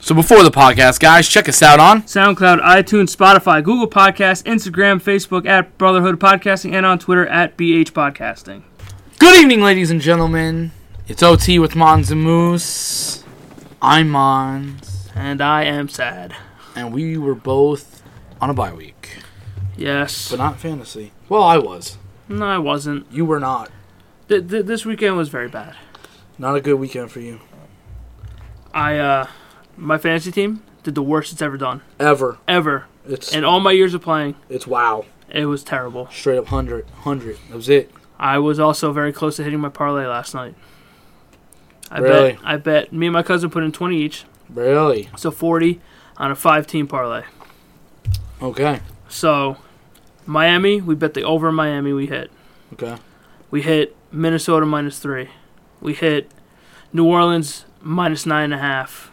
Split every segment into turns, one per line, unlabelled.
So before the podcast, guys, check us out on
SoundCloud, iTunes, Spotify, Google Podcasts, Instagram, Facebook at Brotherhood Podcasting, and on Twitter at BH Podcasting.
Good evening, ladies and gentlemen. It's OT with Mons and Moose. I'm Mons,
And I am sad.
and we were both on a bye week,
Yes.
but not fantasy. Well, I was.
no, I wasn't.
You were not.
Th- th- this weekend was very bad.
Not a good weekend for you
I, uh, my fantasy team did the worst it's ever done.
ever.
Ever.
It's
In all my years of playing,
it's wow.
it was terrible.
Straight up 100, 100. That was it.
I was also very close to hitting my parlay last night. I
Really?
bet I bet me and my cousin put in 20 each,
Really?
so 40 on a 5-team parlay.
Okay.
So, Miami, we bet the over in Miami we hit.
Okay.
We hit Minnesota minus three. We hit New Orleans minus nine and a half.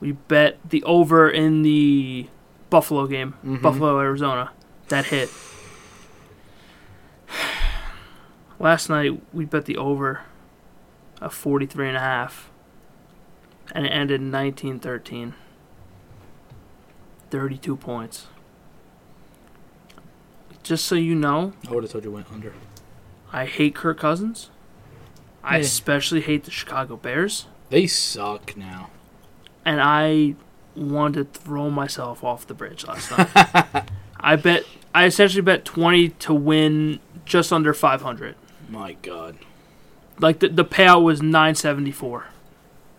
We bet the over in the Buffalo game,
Mhm.
Buffalo, Arizona. That hit. Last night, we bet the over of 43 and a half, and it ended 19 13. 32 points. Just so you know,
I would have told you went under.
I hate Kirk Cousins. I
Yeah.
especially hate the Chicago Bears.
They suck now.
And I wanted to throw myself off the bridge last night. I bet I essentially bet twenty to win just under five hundred.
My God.
Like the the payout was nine seventy four.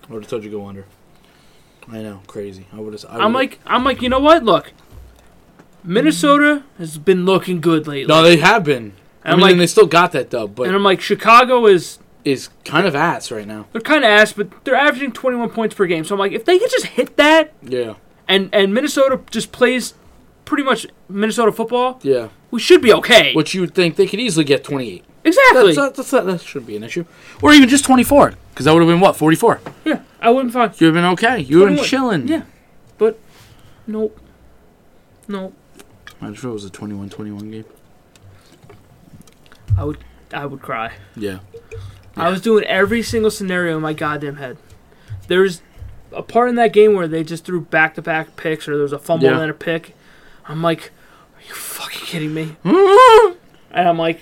I would have told you go under. I know, crazy. I would have.
I'm like I'm like, you know what? Look. Minnesota has been looking good lately.
no, they have been. I
And I'm
mean,
like-
and they still got that dub,
and
but
I'm like, Chicago is
it's kind of ass right now.
they're kinda ass, but they're averaging twenty one points per game. So I'm like, if they could just hit that
Yeah,
and and Minnesota just plays pretty much Minnesota football,
yeah.
we should be okay.
Which you would think they could easily get 28.
exactly.
That's, not- that's not- that shouldn't be an issue, or even just 24, because that would have been what 44.
yeah, I wouldn't find.
You would have been okay. You would have been
21.
chilling.
Yeah, but nope, nope.
I'm sure it was a 21-21 game.
I would I would cry.
Yeah,
I was doing every single scenario in my goddamn head. There's a part in that game where they just threw back to back picks, or there was a fumble
Yeah.
and then a pick. I'm like, are you fucking kidding me? and I'm like,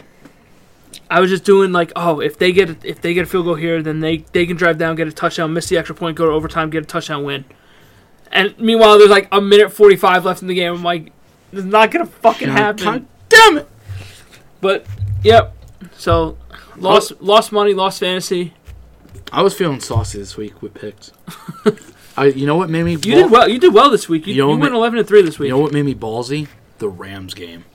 I was just doing like, oh, if they get if they get a field goal here, then they they can drive down, get a touchdown, miss the extra point, go to overtime, get a touchdown win. And meanwhile, there's like a minute forty five left in the game. I'm like, it's not gonna fucking
God
happen.
damn it.
But yep. So lost lost money, lost fantasy.
I was feeling saucy this week with picks. I, you know what made me?
You did well. You did well this week. You,
You know
you
what
went
ma-
eleven to three this week.
You know what made me ballsy? The Rams game,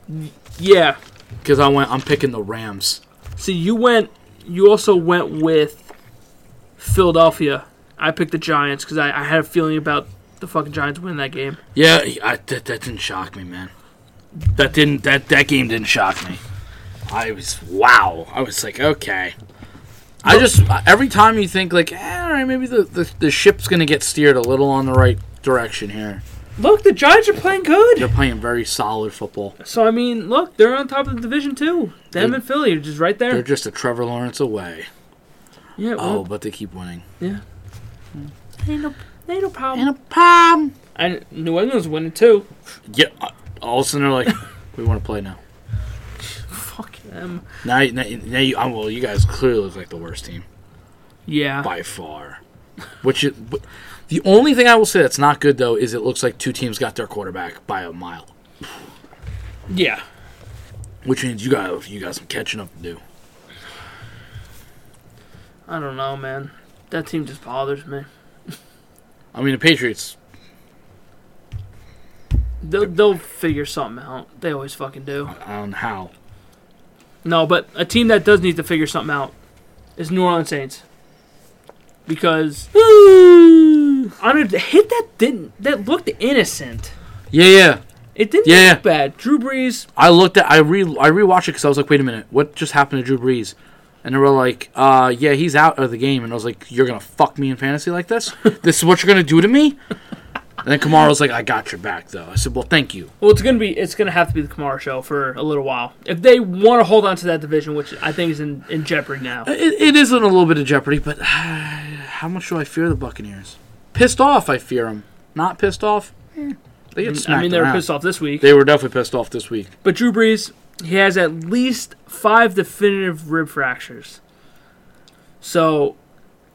yeah.
because I went. I'm picking the Rams.
See, you went. You also went with Philadelphia. I picked the Giants because I, I had a feeling about the fucking Giants winning that game.
Yeah, I, that, that didn't shock me, man. That didn't that that game didn't shock me. I was wow. I was like, okay. I just every time you think like, eh, all right, maybe the, the the ship's gonna get steered a little on the right direction here.
Look, the Giants are playing good.
They're playing very solid football.
So I mean, look, they're on top of the division too. Them
They-
and Philly are just right
They're
there.
just a Trevor Lawrence away.
Yeah.
Oh,
Well,
but they keep winning. oh.
ain't no, ain't no problem.
And a pom.
And New England's winning too.
Yeah. uh, All of a sudden they're like, we want to play now.
Fuck them.
Now, now, now you, oh, well, you guys clearly look like the worst team.
Yeah.
by far. Which is, but the only thing I will say that's not good though is it looks like two teams got their quarterback by a mile,
Yeah.
which means you got you got some catching up to do.
I don't know, man. That team just bothers me.
I mean, the Patriots.
They'll, they'll figure something out. They always fucking do.
I don't know how.
No, but a team that does need to figure something out is New Orleans Saints. Because I don't, the hit that didn't that looked innocent.
Yeah, yeah.
It didn't
Yeah.
look bad. Drew Brees,
I looked at I re I rewatched it because I was like, wait a minute, what just happened to Drew Brees? And they were like, uh, yeah, he's out of the game. And I was like, you're gonna fuck me in fantasy like this? this is what you're gonna do to me? And then Kamara's like, I got your back though. I said, well, thank you.
well, it's gonna be it's gonna have to be the Kamara show for a little while if they want to hold on to that division, which I think is in, in jeopardy now.
uh, It, it is in a little bit of jeopardy, but how much do I fear the Buccaneers? Pissed off, I fear them. Not pissed off. eh, They get smacked
I mean, they were
around.
pissed off this week.
They were definitely pissed off this week.
But Drew Brees, he has at least five definitive rib fractures. So,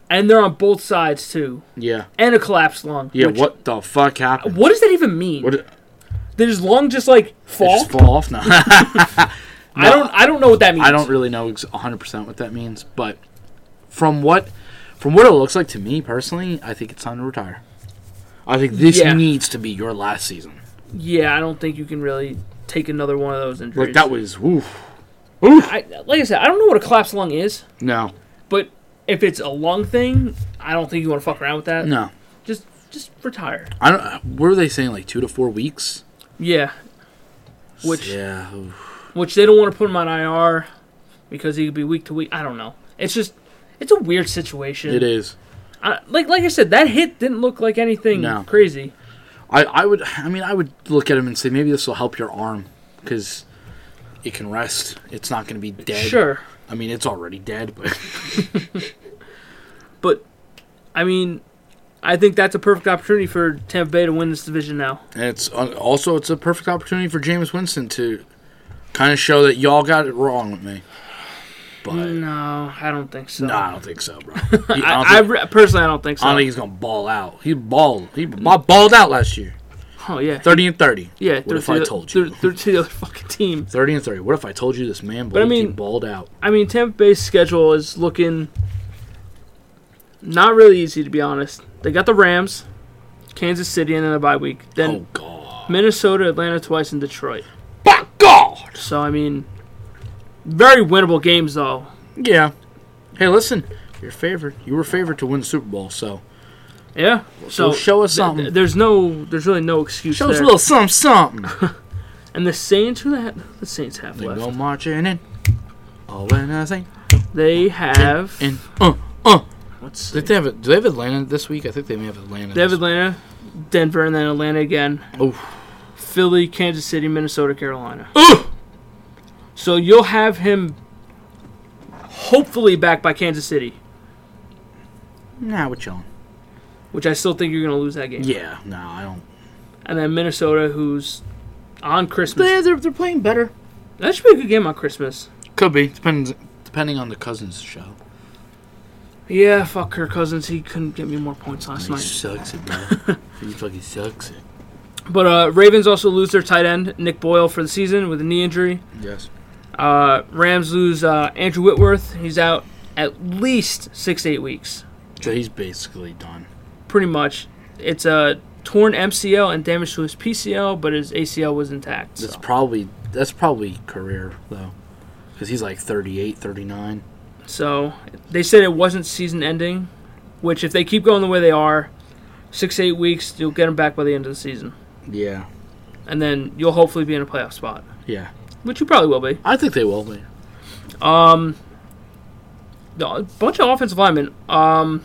and they're on both sides too,
Yeah.
and a collapsed lung.
Yeah.
which- Uh,
what the fuck happened?
What does that even mean?
What? Did
Did his lung just like
it
fall?
just fall off now?
I don't. I don't know what that means.
I don't really know ex- 100% what that means, but from what from what it looks like to me personally, I think it's time to retire. I think this
Yeah.
needs to be your last season.
Yeah, I don't think you can really take another one of those injuries.
Like that was oof.
I, like I said, I don't know what a collapsed lung is,
No.
but if it's a lung thing, I don't think you want to fuck around with that.
No.
Just, just retire.
I don't uh, what were they saying like 2 to 4 weeks?
Yeah. Which
Yeah. oof.
which they don't want to put him on IR because he could be week to week. I don't know. It's just it's a weird situation.
It is.
I, like like I said, that hit didn't look like anything
No.
crazy.
I I would I mean I would look at him and say maybe this will help your arm cuz it can rest. It's not going to be dead.
Sure,
I mean, it's already dead, but
but I mean, I think that's a perfect opportunity for Tampa Bay to win this division now.
And it's uh, also it's a perfect opportunity for James Winston to kind of show that y'all got it wrong with me. But no,
No, I don't think so.
I don't think so, bro. He- I, don't think,
Mm. I, I re- personally I don't think so.
I don't think he's gonna ball out. He balled. He ba- balled out last year.
oh yeah,
Thirty and thirty.
yeah.
What if
to
I
the-
told
they're-
you?
they're to the other fucking team.
Thirty and thirty. What if I told you this man
I
believed he
mean-
balled out?
I mean, Tampa Bay's schedule is looking not really easy, to be honest. They got the Rams, Kansas City, and then a bye week.
oh
Then
God.
Minnesota, Atlanta twice, and Detroit.
By God.
So, I mean, very winnable games, though.
Yeah. Hey, listen. You're favored. You were favored to win the Super Bowl, so
Yeah. So,
show us
th- th-
something.
there's no, there's really no excuse
show us a
there.
little something, something.
And the Saints, who the, ha- the Saints have
they
left?
go marching in. Oh, and I think
They have.
and uh uh.
let's see.
Did they have? Do they have Atlanta this week? I think they may have Atlanta.
They have Atlanta, Denver, and then Atlanta again.
Oh,
Philly, Kansas City, Minnesota, Carolina. So you'll have him hopefully back by Kansas City,
nah, we're chilling.
which I still think you're going to lose that game.
Yeah, no, I don't.
And then Minnesota, who's on Christmas.
They, they're they're playing better.
That should be a good game on Christmas.
Could be depends depending on the Cousins show.
Yeah, fuck Kirk Cousins. He couldn't get me more points last
He
night.
sucks it, bro. he fucking sucks it.
But uh, Ravens also lose their tight end, Nick Boyle, for the season with a knee injury.
Yes.
Uh, Rams lose uh, Andrew Whitworth. He's out at least six to eight weeks.
So he's basically done.
pretty much. It's a torn MCL and damage to his PCL, but his ACL was intact.
That's
so.
probably that's probably career though, because he's like 38, 39.
So, they said it wasn't season ending, which if they keep going the way they are, six eight weeks you'll get him back by the end of the season,
Yeah.
and then you'll hopefully be in a playoff spot,
Yeah.
which you probably will be.
I think they will be.
A bunch of offensive linemen. Um,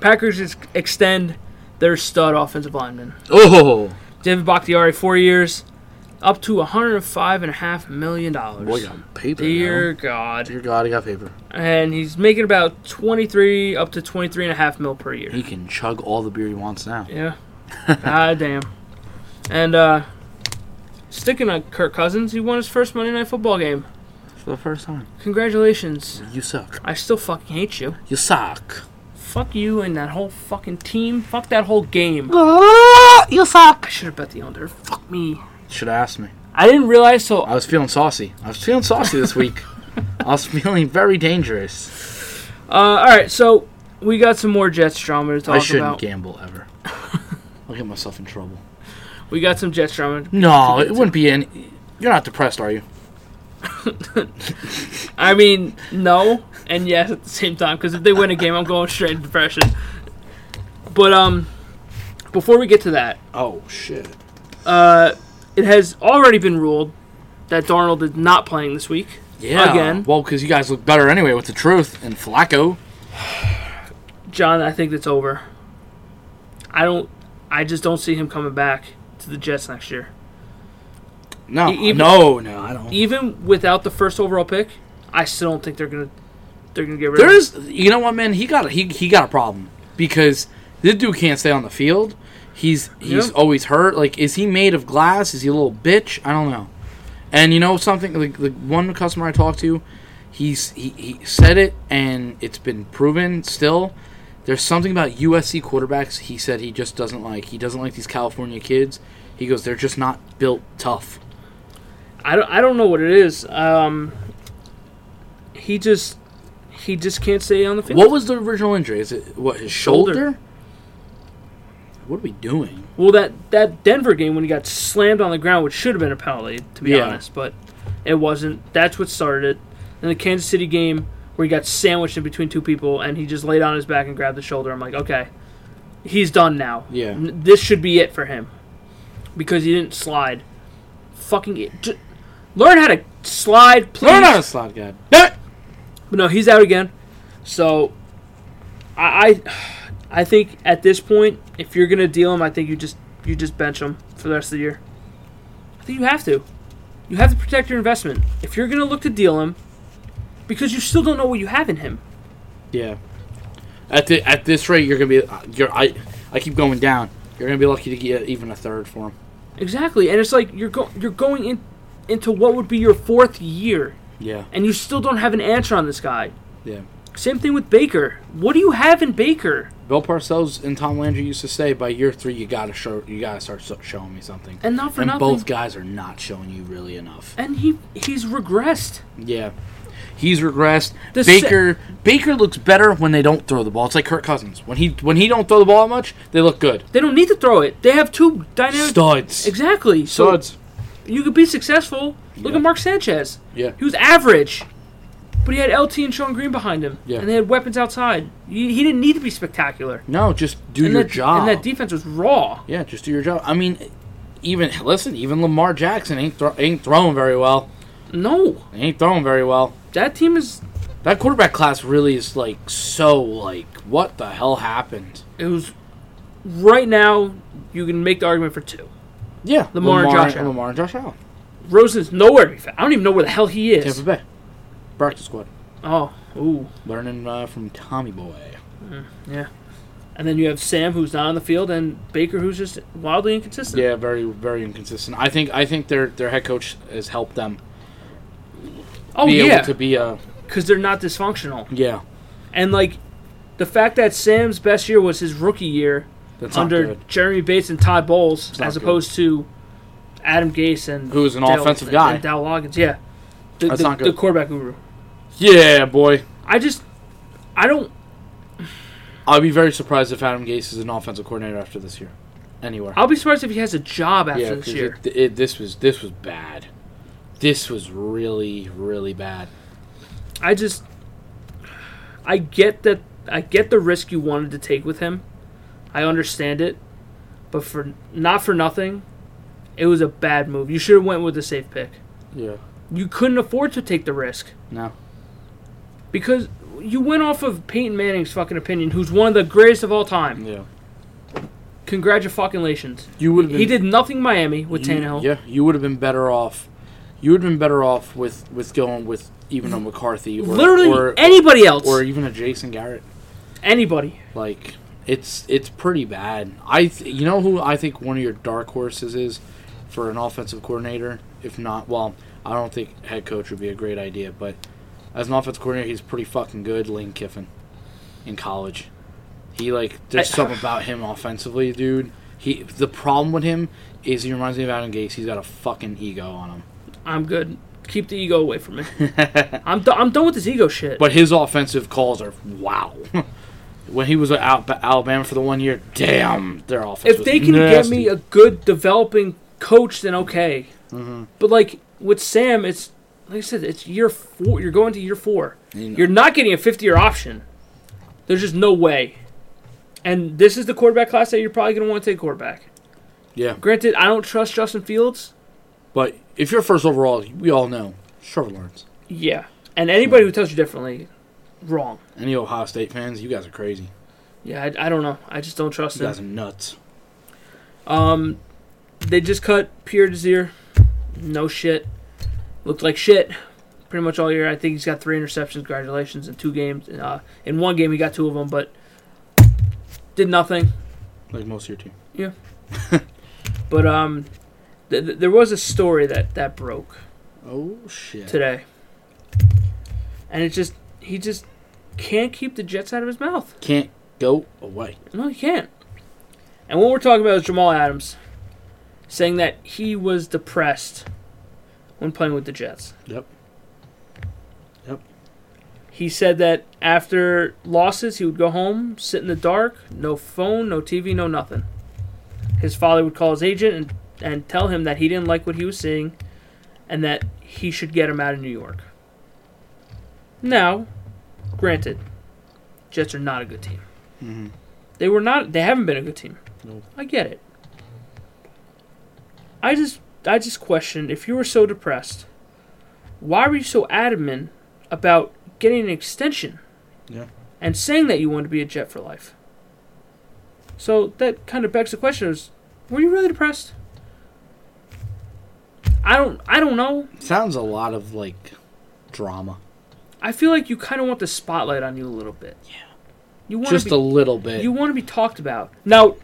Packers ex- extend their stud offensive lineman.
Oh,
David Bakhtiari, four years, up to $105.5 million.
boy, he got paper. Dear,
Dear God.
dear God, he got paper.
and he's making about 23 up to 23 and a half mil per year
He can chug all the beer he wants now.
yeah ah damn and uh sticking on kirk cousins he won his first monday night football game
For the first time,
congratulations
you suck.
i still fucking hate you
You suck.
fuck you and that whole fucking team fuck that whole game
You suck.
i should have bet the under fuck me
Should have asked me.
i didn't realize so
I was feeling saucy. I was feeling saucy this week. I was feeling very dangerous.
uh all right so we got some more jets drama to talk
I shouldn't
about
gamble ever. I'll get myself in trouble.
we got some jets drama
No, it wouldn't be any. You're not depressed, are you?
I mean, no and yes at the same time because if they win a game, I'm going straight into depression. But um, before we get to that,
Oh shit.
uh, it has already been ruled that Darnold is not playing this week.
Yeah.
Again.
Well, because you guys look better anyway with the truth and Flacco.
John, I think it's over. I don't. I just don't see him coming back to the Jets next year.
No,
E- even-
no, no. I don't.
Even without the first overall pick, I still don't think they're gonna they're gonna get rid
There
of him.
is, you know what, man? He got a, he he got a problem because This dude can't stay on the field. He's he's
Yeah.
always hurt. Like, is he made of glass? Is he a little bitch? I don't know. And you know something? Like the one customer I talked to, he's he, he said it, and it's been proven. Still, there's something about USC quarterbacks. He said he just doesn't like. He doesn't like these California kids. He goes, they're just not built tough.
I don't, I don't know what it is. Um, he just he just can't stay on the field.
What was the original injury? Is it what his shoulder?
Shoulder.
What are we doing?
Well, that that Denver game when he got slammed on the ground, which should have been a penalty, to be
Yeah.
honest, but it wasn't. That's what started it. And the Kansas City game where he got sandwiched in between two people and he just laid on his back and grabbed the shoulder. I'm like, okay, he's done now.
Yeah.
N- this should be it for him because he didn't slide. Fucking it. J- learn how to slide, please.
No, not a slot guy. Damn it!
But no, he's out again. So, I, I, I think at this point, if you're gonna deal him, I think you just you just bench him for the rest of the year. I think you have to. You have to protect your investment. If you're gonna look to deal him, because you still don't know what you have in him.
Yeah. At the, at this rate, you're gonna be you're I I keep going down. You're gonna be lucky to get even a third for him.
Exactly, and it's like you're go- you're going in into what would be your fourth year,
Yeah.
and you still don't have an answer on this guy.
Yeah.
Same thing with Baker. What do you have in Baker?
Bill Parcells and Tom Landry used to say, by year three, you gotta show you gotta start so- showing me something.
And not for
and
nothing.
both guys are not showing you really enough.
and he he's regressed.
Yeah. He's regressed.
The se-
Baker Baker looks better when they don't throw the ball. It's like Kirk Cousins. When he when he don't throw the ball much, they look good.
They don't need to throw it. They have two dynamic.
Studs.
Exactly. So
Studs.
you could be successful. Look
Yeah.
at Mark Sanchez.
Yeah.
He was average, but he had LT and Sean Green behind him.
Yeah.
And they had weapons outside. He, he didn't need to be spectacular.
No, just do
and
your
that,
job.
And that defense was raw.
yeah, just do your job. I mean, even listen, even Lamar Jackson ain't thro- ain't throwing very well.
No,
He ain't throwing very well.
that team is.
That quarterback class really is like so like what the hell happened?
It was. Right now, you can make the argument for two.
Yeah,
Lamar and Josh Allen.
Lamar and Josh Allen.
Rosen's nowhere to be found. I don't even know where the hell he is.
Tampa Bay practice squad
Oh, ooh.
learning uh, from Tommy Boy.
And then you have Sam, who's not on the field, and Baker, who's just wildly inconsistent.
Yeah, very very inconsistent. I think I think their their head coach has helped them
Oh,
be
yeah.
able to be a
Because they're not dysfunctional.
yeah.
And like the fact that Sam's best year was his rookie year
That's
under
not good.
Jeremy Bates and Todd Bowles,
not
as
good.
opposed to Adam Gase and
Who is an offensive guy.
and Dow Loggins. Yeah, the,
That's
the,
not good.
the quarterback guru.
Yeah, boy.
I just I don't.
I'll be very surprised if Adam Gase is an offensive coordinator after this year, anywhere.
I'll be surprised if he has a job after
yeah,
this
'cause
year.
it, it, this was this was bad. This was really really bad.
I just I get that I get the risk you wanted to take with him. I understand it, but for not for nothing, it was a bad move. You should have went with the safe pick.
Yeah.
You couldn't afford to take the risk.
No.
because you went off of Peyton Manning's fucking opinion, who's one of the greatest of all time.
Yeah.
Congratulations.
You would have been.
He did nothing in Miami with
you-
Tannehill.
Mm-hmm. Yeah, you would have been better off. You would have been better off with with going with even a McCarthy or
Mm-hmm. Literally
or,
anybody else.
or even a Jason Garrett.
anybody.
Like it's it's pretty bad. I th- you know who I think one of your dark horses is for an offensive coordinator. If not, well, I don't think head coach would be a great idea. But as an offensive coordinator, he's pretty fucking good. Lane Kiffin in college, he like there's
I-
something about him offensively, dude. He the problem with him is he reminds me of Adam Gase. He's got a fucking ego on him.
I'm good. Keep the ego away from me. I'm, do- I'm done with this ego shit.
But his offensive calls are wow. when he was at Al- Alabama for the one year, damn, their offense.
if
was
they can get
nasty.
me a good developing coach, then okay.
Mm-hmm.
But like with Sam, it's like I said, it's year four. You're going to year four.
You know.
You're not getting a 50 year option. There's just no way. And this is the quarterback class that you're probably going to want to take quarterback.
yeah,
Granted, I don't trust Justin Fields.
but if you're first overall, we all know Trevor Lawrence.
Yeah. And anybody who tells you differently, wrong.
Any Ohio State fans, you guys are crazy.
Yeah, I, I don't know. I just don't trust
You
them.
guys are nuts.
Um, they just cut Pierre Desir. No shit. Looked like shit pretty much all year. I think he's got three interceptions. Congratulations in two games. Uh, in one game, he got two of them, but did nothing.
like most of your team.
But um, th- th- there was a story that that broke
Oh shit!
today, and it just he just can't keep the Jets out of his mouth.
Can't go away.
No, he can't. And what we're talking about is Jamal Adams saying that he was depressed when playing with the Jets.
Yep. Yep.
He said that after losses, he would go home, sit in the dark, no phone, no TV, no nothing. His father would call his agent and, and tell him that he didn't like what he was seeing and that he should get him out of New York. Now, granted, Jets are not a good team.
Mm-hmm.
They were not. They haven't been a good team.
Nope.
I get it. I just, I just question if you were so depressed, why were you so adamant about getting an extension?
Yeah.
And saying that you wanted to be a Jet for life. So that kind of begs the question: Is were you really depressed? I don't. I don't know.
Sounds a lot of like drama.
I feel like you kind of want the spotlight on you a little bit. Yeah. You want
Just
to be
a little bit.
you want to be talked about. Now,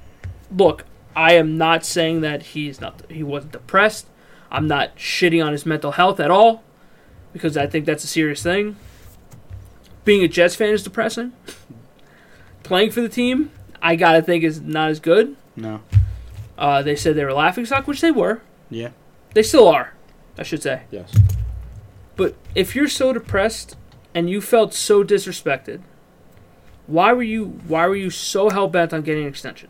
look, I am not saying that he's not he wasn't depressed. I'm not shitting on his mental health at all because I think that's a serious thing. Being a Jets fan is depressing. Playing for the team, I got to think is not as good.
no.
Uh, they said they were laughing stock, which they were.
Yeah.
They still are, I should say.
Yes.
But if you're so depressed and you felt so disrespected, why were you why were you so hell bent on getting an extension?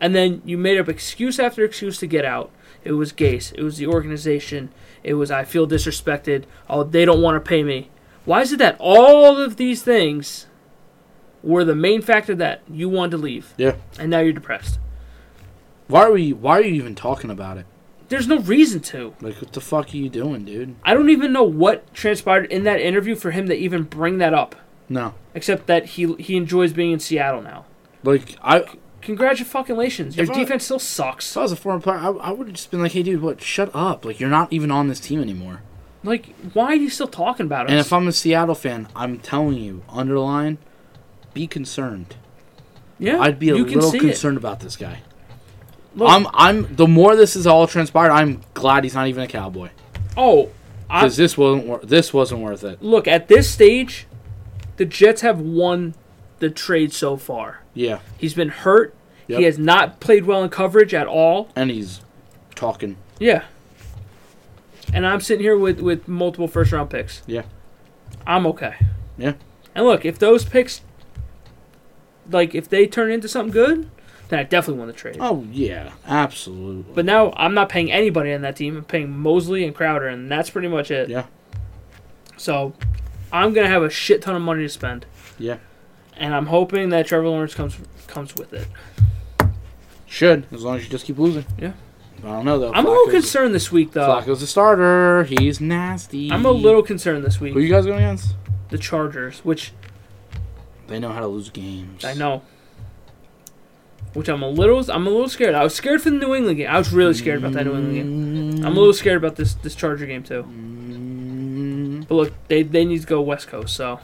And then you made up excuse after excuse to get out. It was Gase. It was the organization. It was I feel disrespected. Oh, they don't want to pay me. Why is it that all of these things were the main factor that you wanted to leave,
Yeah.
and now you're depressed?
Why are we? Why are you even talking about it?
There's no reason to.
Like, what the fuck are you doing, dude?
I don't even know what transpired in that interview for him to even bring that up.
No.
except that he he enjoys being in Seattle now.
Like, I if
Congratulations, your
If I-
defense still sucks.
I was a former player, I, I would have just been like, hey, dude, what? Shut up! Like, you're not even on this team anymore.
Like, why are you still talking about us?
And if I'm a Seattle fan, I'm telling you, underline, be concerned.
yeah,
I'd be a
you can
little
see it.
concerned about this guy.
Look,
I'm, I'm. The more this is all transpired, I'm glad he's not even a cowboy
oh, I,
because this wasn't. wor- This wasn't worth it.
look at this stage, the Jets have won the trade so far.
Yeah,
He's been hurt.
Yep.
He has not played well in coverage at all.
and he's talking.
Yeah. And I'm sitting here with, with multiple first round picks.
Yeah.
I'm okay.
Yeah.
And look, if those picks, like, if they turn into something good, then I definitely won the trade.
Oh yeah, absolutely.
But now I'm not paying anybody on that team. I'm paying Mosley and Crowder, and that's pretty much it.
Yeah.
So I'm gonna have a shit ton of money to spend,
yeah,
and I'm hoping that Trevor Lawrence comes comes with it.
should as long as you just keep losing.
Yeah.
I don't know though.
I'm a little
Flacco's-
concerned this week, though.
Flacco's a starter. He's nasty.
I'm a little concerned this
Who
week.
you guys going against?
The Chargers, which
They know how to lose games.
I know, which I'm a little I'm a little scared. I was scared for the New England game. I was really scared about that New England game.
Mm-hmm.
I'm a little scared about this this Charger game too.
Mm,
But look, they they need to go West Coast, so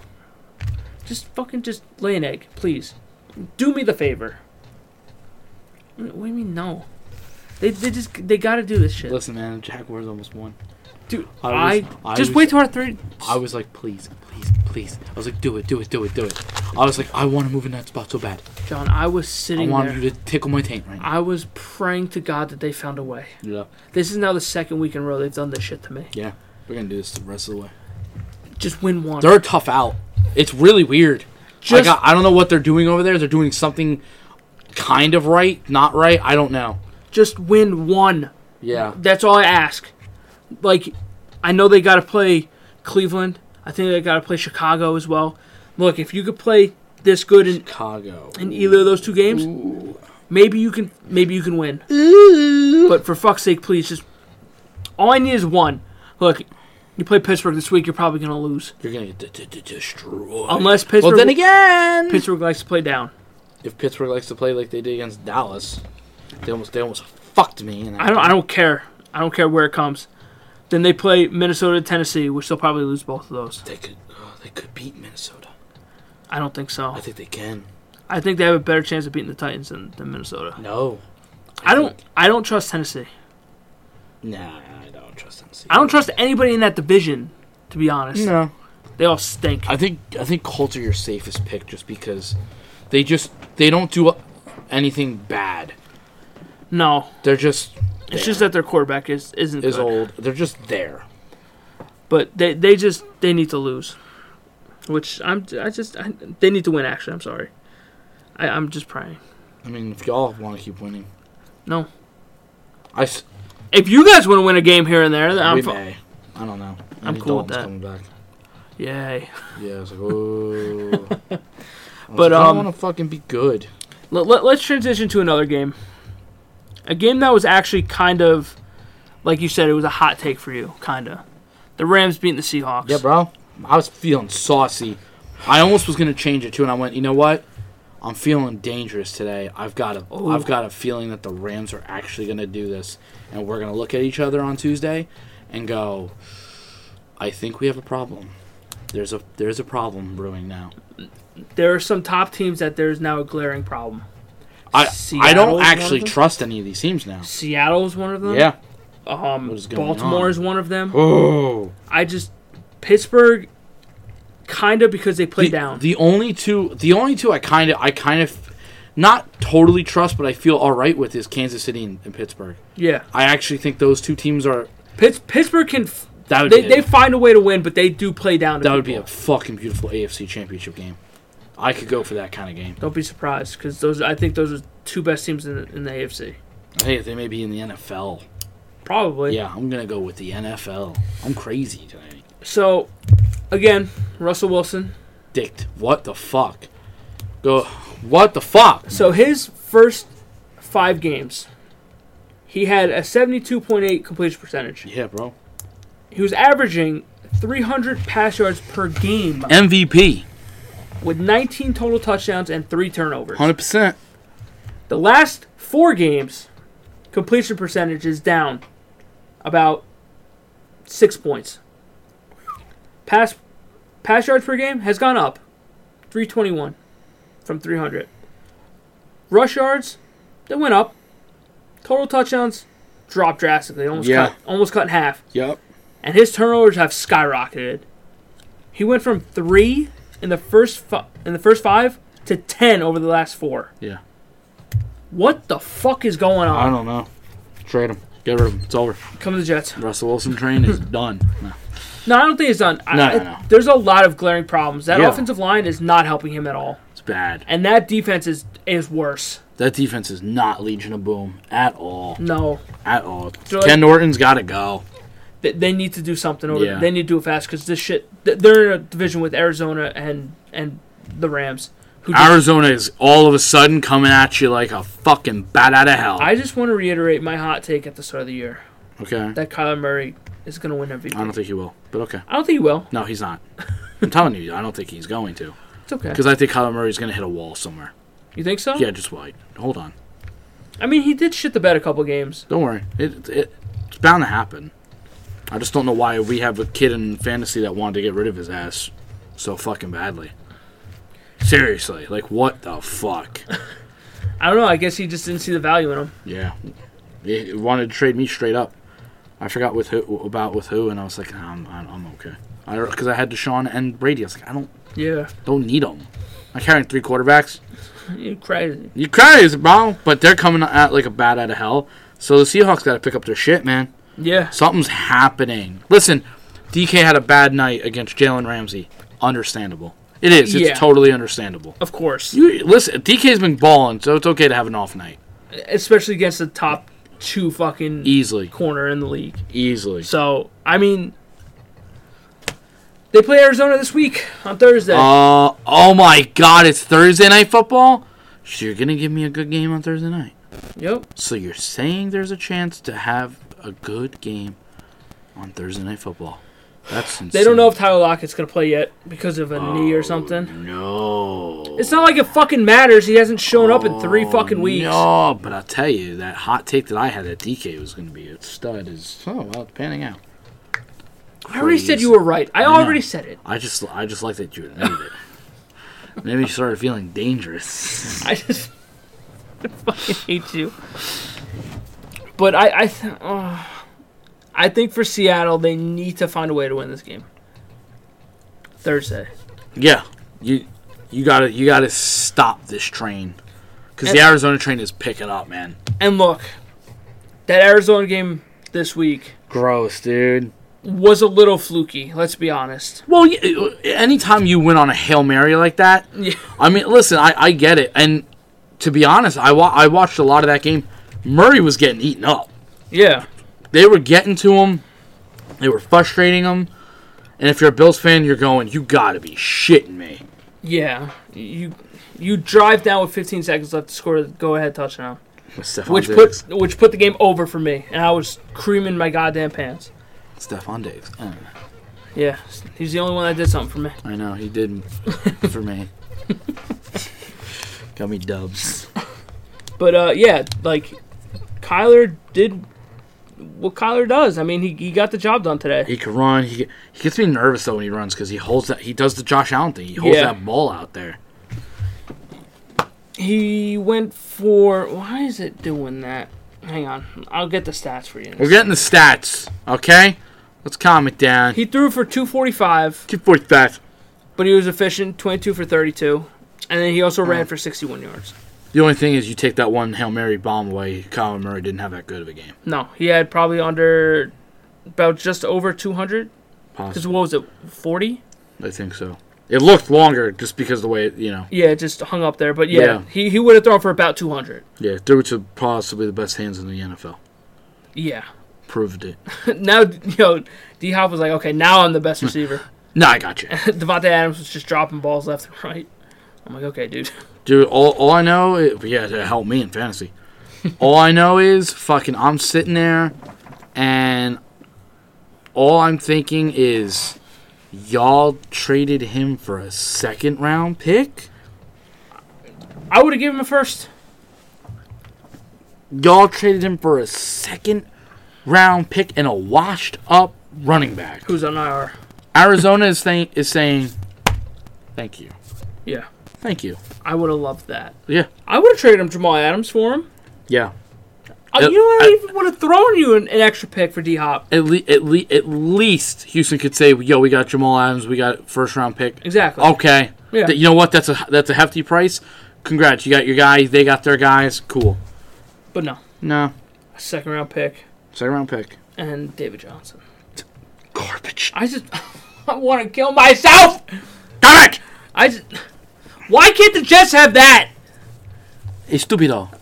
just fucking just lay an egg, please. Do me the favor. What do you mean no? They they just they gotta do this shit,
Listen, man, Jaguars almost won.
dude.
I
I,
was- I
just
was-
wait till our three.
I was like, please, please, please. I was like, do it, do it, do it, do it. I was like, I want to move in that spot so bad.
John, I was
I
sitting
want
there.
you to tickle my taint right now.
I was praying to God that they found a way.
Yeah,
This is now the second week in a row they've done this shit to me.
yeah. We're gonna do this the rest of the way.
Just win one.
They're a tough out. It's really weird. I
Just-
got. I don't know what they're doing over there. They're doing something kind of right, not right. I don't know.
Just win one.
Yeah.
That's all I ask. Like, I know they got to play Cleveland. I think they got to play Chicago as well. Look, if you could play this good in,
Chicago.
in either of those two games, maybe you can maybe you can win. But for fuck's sake, please just all I need is one. Look, you play Pittsburgh this week, you're probably gonna lose
You're gonna get de- de- de- destroyed.
unless Pittsburgh.
well, then again,
Pittsburgh likes to play down.
if Pittsburgh likes to play like they did against Dallas, they almost they almost fucked me. And
I don't I don't care. I don't care where it comes. Then they play Minnesota, Tennessee, which they'll probably lose both of those.
They could. Oh, they could beat Minnesota.
I don't think so.
I think they can.
I I think they have a better chance of beating the Titans than, than Minnesota.
No.
I don't. I don't trust Tennessee.
Nah, I don't trust Tennessee.
I don't trust anybody in that division. To be honest,
No.
they all stink.
I think I think Colts are your safest pick just because they just they don't do anything bad.
No,
They're just
it's
there,
just that their quarterback is isn't
is
good.
old. They're just there.
But they they just they need to lose, which I'm I just I, they need to win. Actually, I'm sorry. I, I'm just praying.
I mean, if y'all want to keep winning,
No,
I s-
if you guys want to win a game here and there, then I'm
we
fine.
may. I don't know.
I'm
Andy
cool with
Dalton's Coming back.
Yay.
Yeah, I was like, ooh. I was like,
But,
I
um,
want to fucking be good.
Let, let, let's transition to another game. A game that was actually kind of, like you said, it was a hot take for you, kind of. The Rams beating the Seahawks.
Yeah, bro. I was feeling saucy. I almost was gonna change it too, and I went, you know what? I'm feeling dangerous today. I've got a,
Ooh.
have got a feeling that the Rams are actually gonna do this, and we're gonna look at each other on Tuesday, and go, I think we have a problem. There's a, there's a problem brewing now.
There are some top teams that there is now a glaring problem.
I, I
Seattle's
don't
one
actually
of them?
trust any of these teams now.
Seattle is one of them.
Yeah.
Um,
What is going
Baltimore
on?
is one of them.
Oh.
I just Pittsburgh, kind of because they play
the,
down.
The only two, the only two I kind of, I kind of, not totally trust, but I feel all right with is Kansas City and, and Pittsburgh.
yeah,
I actually think those two teams are.
Pitts, Pittsburgh can. F-
That would
they,
be
they
a,
find a way to win, but they do play down. To
that would be
people.
a fucking beautiful AFC Championship game. I could go for that kind of game.
Don't be surprised because those I think those are two best teams in the, in the AFC.
I think they may be in the NFL.
Probably.
Yeah, I'm gonna go with the NFL. I'm crazy tonight.
So, again, Russell Wilson.
Dicked. What the fuck? Go. What the fuck?
So his first five games, he had a 72.8 completion percentage.
Yeah, bro.
He was averaging 300 pass yards per game
MVP.
with 19 total touchdowns and three turnovers.
Hundred percent.
The last four games, completion percentage is down about six points. Pass pass yards per game has gone up, three twenty one, from three hundred. Rush yards, they went up. Total touchdowns dropped drastically, almost
Yeah.
cut, almost cut in half.
Yep.
And his turnovers have skyrocketed. He went from three in the first fi- in the first five to ten over the last four.
Yeah.
What the fuck is going
I
on?
don't know. Trade him. Get rid of him. It's over.
Come to the Jets.
Russell Wilson train is done. No.
No, I don't think it's done. I-
No,
I-
no, no.
There's a lot of glaring problems. That
Yeah.
offensive line is not helping him at all,
It's bad.
and that defense is is worse.
That defense is not Legion of Boom at all.
No,
At all.
like-
Ken Norton's got to go.
they, they need to do something. Or
Yeah.
They need to do it fast because this shit. th- They're in a division with Arizona and and the Rams. Who just,
Arizona is all of a sudden coming at you like a fucking bat out of hell.
I just want to reiterate my hot take at the start of the year
okay.
that Kyler Murray is going to win MVP.
I don't think he will, but okay.
I don't think he will.
No, he's not. I'm telling you, I don't think he's going to.
It's okay.
Because I think Kyler Murray's going to hit a wall somewhere.
You think so?
Yeah, just wait. Hold on.
I mean, he did shit the bed a couple games.
Don't worry. It, it, it's bound to happen. I just don't know why we have a kid in fantasy that wanted to get rid of his ass so fucking badly. Seriously, like what the fuck?
I don't know. I guess he just didn't see the value in him.
Yeah, he he wanted to trade me straight up. I forgot with who about with who, and I was like, "Nah, I'm I'm, I'm okay. I because I had Deshaun and Brady. I was like, I don't
Yeah,
don't need them. I'm carrying three quarterbacks.
you crazy.
You crazy, bro? But they're coming at like a bat out of hell. So the Seahawks got to pick up their shit, man.
Yeah.
Something's happening. Listen, DK had a bad night against Jalen Ramsey. Understandable. It is. It's
Yeah.
totally understandable.
Of course,
You listen. DK's been balling, so it's okay to have an off night.
especially against the top two fucking
Easily,
corner in the league.
easily.
So I mean, they play Arizona this week on Thursday.
Uh, oh my God! It's Thursday night football. So you're gonna give me a good game on Thursday night.
yep.
So you're saying there's a chance to have a good game on Thursday night football? That's insane.
They don't know if Tyler Lockett's gonna play yet because of a knee or
Oh,
something.
No.
It's not like it fucking matters. He hasn't shown up in three
Oh,
fucking weeks.
No, but I'll tell you that hot take that I had that DK was gonna be a stud is oh well, it's panning out.
I already said
Crazy.
you were right. I already said it.
I just I just like that you admitted it. Maybe you started feeling dangerous.
I just I fucking hate you. But I I th- uh, I think for Seattle they need to find a way to win this game. Thursday.
yeah, you you gotta you gotta stop this train because the
And-
Arizona train is picking up, man.
And look, that Arizona game this week
Gross, dude.
was a little fluky, let's be honest.
Well, y- uh, anytime you win on a hail mary like that,
Yeah.
I mean, listen, I, I get it, and to be honest, I wa- I watched a lot of that game. Murray was getting eaten up.
Yeah.
They were getting to him. They were frustrating him. And if you're a Bills fan, you're going, you gotta be shitting me.
Yeah. You you drive down with 15 seconds left to score the go-ahead touchdown,
With Stephon
which
Diggs.
put which put the game over for me, and I was creaming my goddamn pants.
Stephon Diggs. Mm.
Yeah, he's the only one that did something for me.
I know he did for me. Got me dubs.
But uh, yeah, like Kyler did what Kyler does. I mean, he, he got the job done today.
He can run. He he gets me nervous though when he runs because he holds that. He does the Josh Allen thing. He holds
Yeah.
that ball out there.
He went for why is it doing that? Hang on, I'll get the stats for you.
We're getting the stats, okay? Let's calm it down.
He threw for 245,
Keep forth that.
but he was efficient, 22 for 32, and then he also ran for 61 yards.
The only thing is, you take that one hail mary bomb away. Colin Murray didn't have that good of a game.
No, he had probably under about just over 200. Because
Possibly.
what was it, 40?
I think so. It looked longer just because the way it, you know.
Yeah, it just hung up there. But yeah,
Yeah.
he he would have thrown for about 200.
Yeah, threw it to possibly the best hands in the NFL.
Yeah.
Proved it.
now, you know, D Hop was like, okay, now I'm the best receiver.
No, I got you,
Devontae Adams was just dropping balls left and right. I'm like, okay, dude.
dude. All, all I know, is, yeah, to help me in fantasy. all I know is fucking. I'm sitting there, and all I'm thinking is, y'all traded him for a second round pick.
I would have given him a first.
Y'all traded him for a second round pick and a washed up running back.
Who's on IR?
Arizona is saying is saying thank you.
Yeah,
Thank you.
I would have loved that.
Yeah.
I would have traded him Jamal Adams for him.
Yeah.
Uh,
Yep.
you know what? I, even would have thrown you an, an extra pick for D Hop.
At, le- at, le- at least Houston could say, "Yo, we got Jamal Adams, we got first round pick."
Exactly.
Okay.
Yeah.
Th- you know what? That's a that's a hefty price. Congrats, you got your guy. They got their guys. Cool.
But no,
No,
a second round pick
second round pick.
and David Johnson.
Garbage.
I just I want to kill myself.
Damn it!
I just why can't the Jets have that?
Estupido.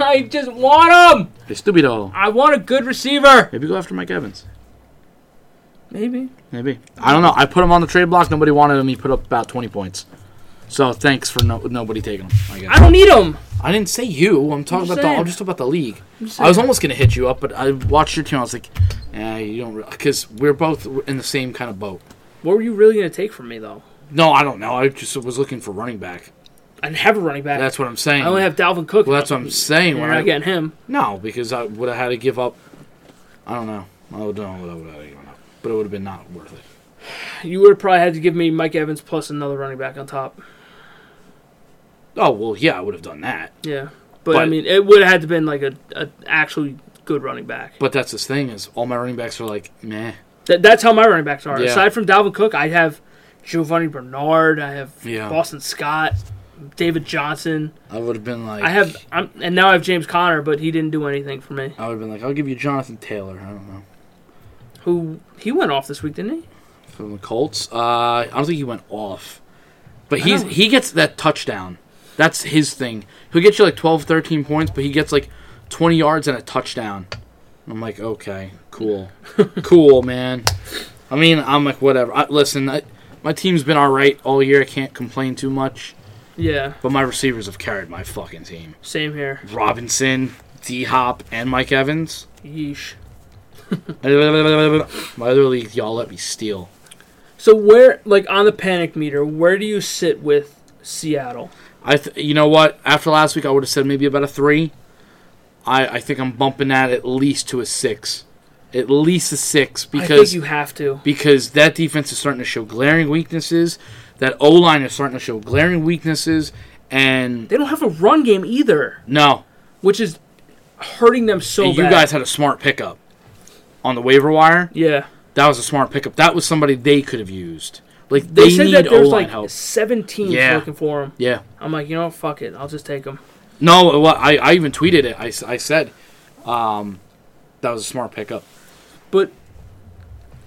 I just want him.
Estupido.
I want a good receiver.
Maybe go after Mike Evans.
Maybe.
Maybe. I don't know. I put him on the trade block. Nobody wanted him. He put up about 20 points. So thanks for no- nobody taking him. I, guess.
I don't need him.
I didn't say you. I'm talking
I'm
about the.
saying.
I'm just talking about the league.
just
I was
saying.
almost gonna hit you up, but I watched your team. I was like, eh, you don't, because we're both in the same kind of boat.
What were you really gonna take from me though?
No, I don't know. I just was looking for running back.
I didn't have a running back.
That's what I'm saying.
I only have Dalvin Cook.
Well, that's what I'm saying.
You're
When
not
I,
getting him.
no, because I would have had to give up. I don't know. I don't know what I would have given up, but it would have been not worth it.
You would have probably had to give me Mike Evans plus another running back on top.
Oh well, yeah, I would have done that.
Yeah, but, I
But-
mean, it would have had to been like a, a actually good running back.
But that's the thing is, all my running backs are like, meh.
Th- that's how my running backs are.
Yeah.
Aside from Dalvin Cook, I have Giovanni Bernard. I have
Yeah.
Boston Scott, David Johnson.
I would have been like,
I have, I'm, and now I have James Conner, but he didn't do anything for me.
I would have been like, I'll give you Jonathan Taylor. I don't know
Who he went off this week, didn't he?
from the Colts. Uh, I don't think he went off, but
I
he's
don't-
he gets that touchdown. That's his thing. He'll get you like 12, 13 points, but he gets like twenty yards and a touchdown. I'm like, okay, cool, cool, man. I mean, I'm like, whatever. I, listen, I, my team's been all right all year. I can't complain too much.
Yeah,
But my receivers have carried my fucking team.
same here.
Robinson, D Hop, and Mike Evans.
Yeesh.
My other league, y'all let me steal.
So where, like on the panic meter, where do you sit with Seattle?
I, th- you know what? After last week, I would have said maybe about a three. I, I think I'm bumping that at least to a six, at least a six
I think
because
you have to.
because that defense is starting to show glaring weaknesses. that O line is starting to show glaring weaknesses, and
They don't have a run game either,
no,
which is hurting them so
you
bad.
guys had a smart pickup on the waiver wire.
yeah.
That was a smart pickup. That was somebody they could have used. Like they,
They, said
need
that
O
there's
line
like
help.
17
Yeah.
looking for him.
Yeah.
I'm like, you know, fuck it, I'll just take him.
No, well, I, I even tweeted it. I, s- I said um, that was a smart pickup.
But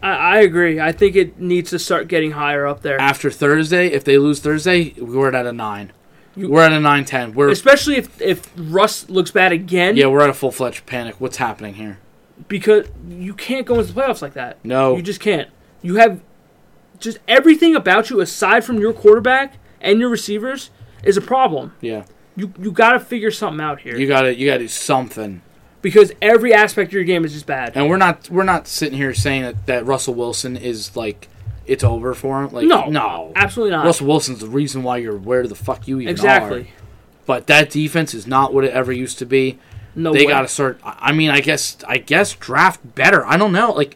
I, I agree. I think it needs to start getting higher up there,
After Thursday, if they lose Thursday, we're at a 9.
You-
we're at a 9 10. We're,
especially if if Russ looks bad again.
yeah, we're at a full fledged panic. What's happening here?
because you can't go into the playoffs like that.
No.
You just can't. You have just everything about you aside from your quarterback and your receivers is a problem.
yeah.
You you got to figure something out here
You gotta you gotta do something.
because every aspect of your game is just bad.
And we're not we're not sitting here saying that, that Russell Wilson is like it's over for him. Like
No.
no.
Absolutely not.
Russell Wilson's the reason why you're where the fuck you even are.
exactly.
But that defense is not what it ever used to be.
No
they
way.
got to start. I I mean, I guess, I guess draft better. I don't know. Like,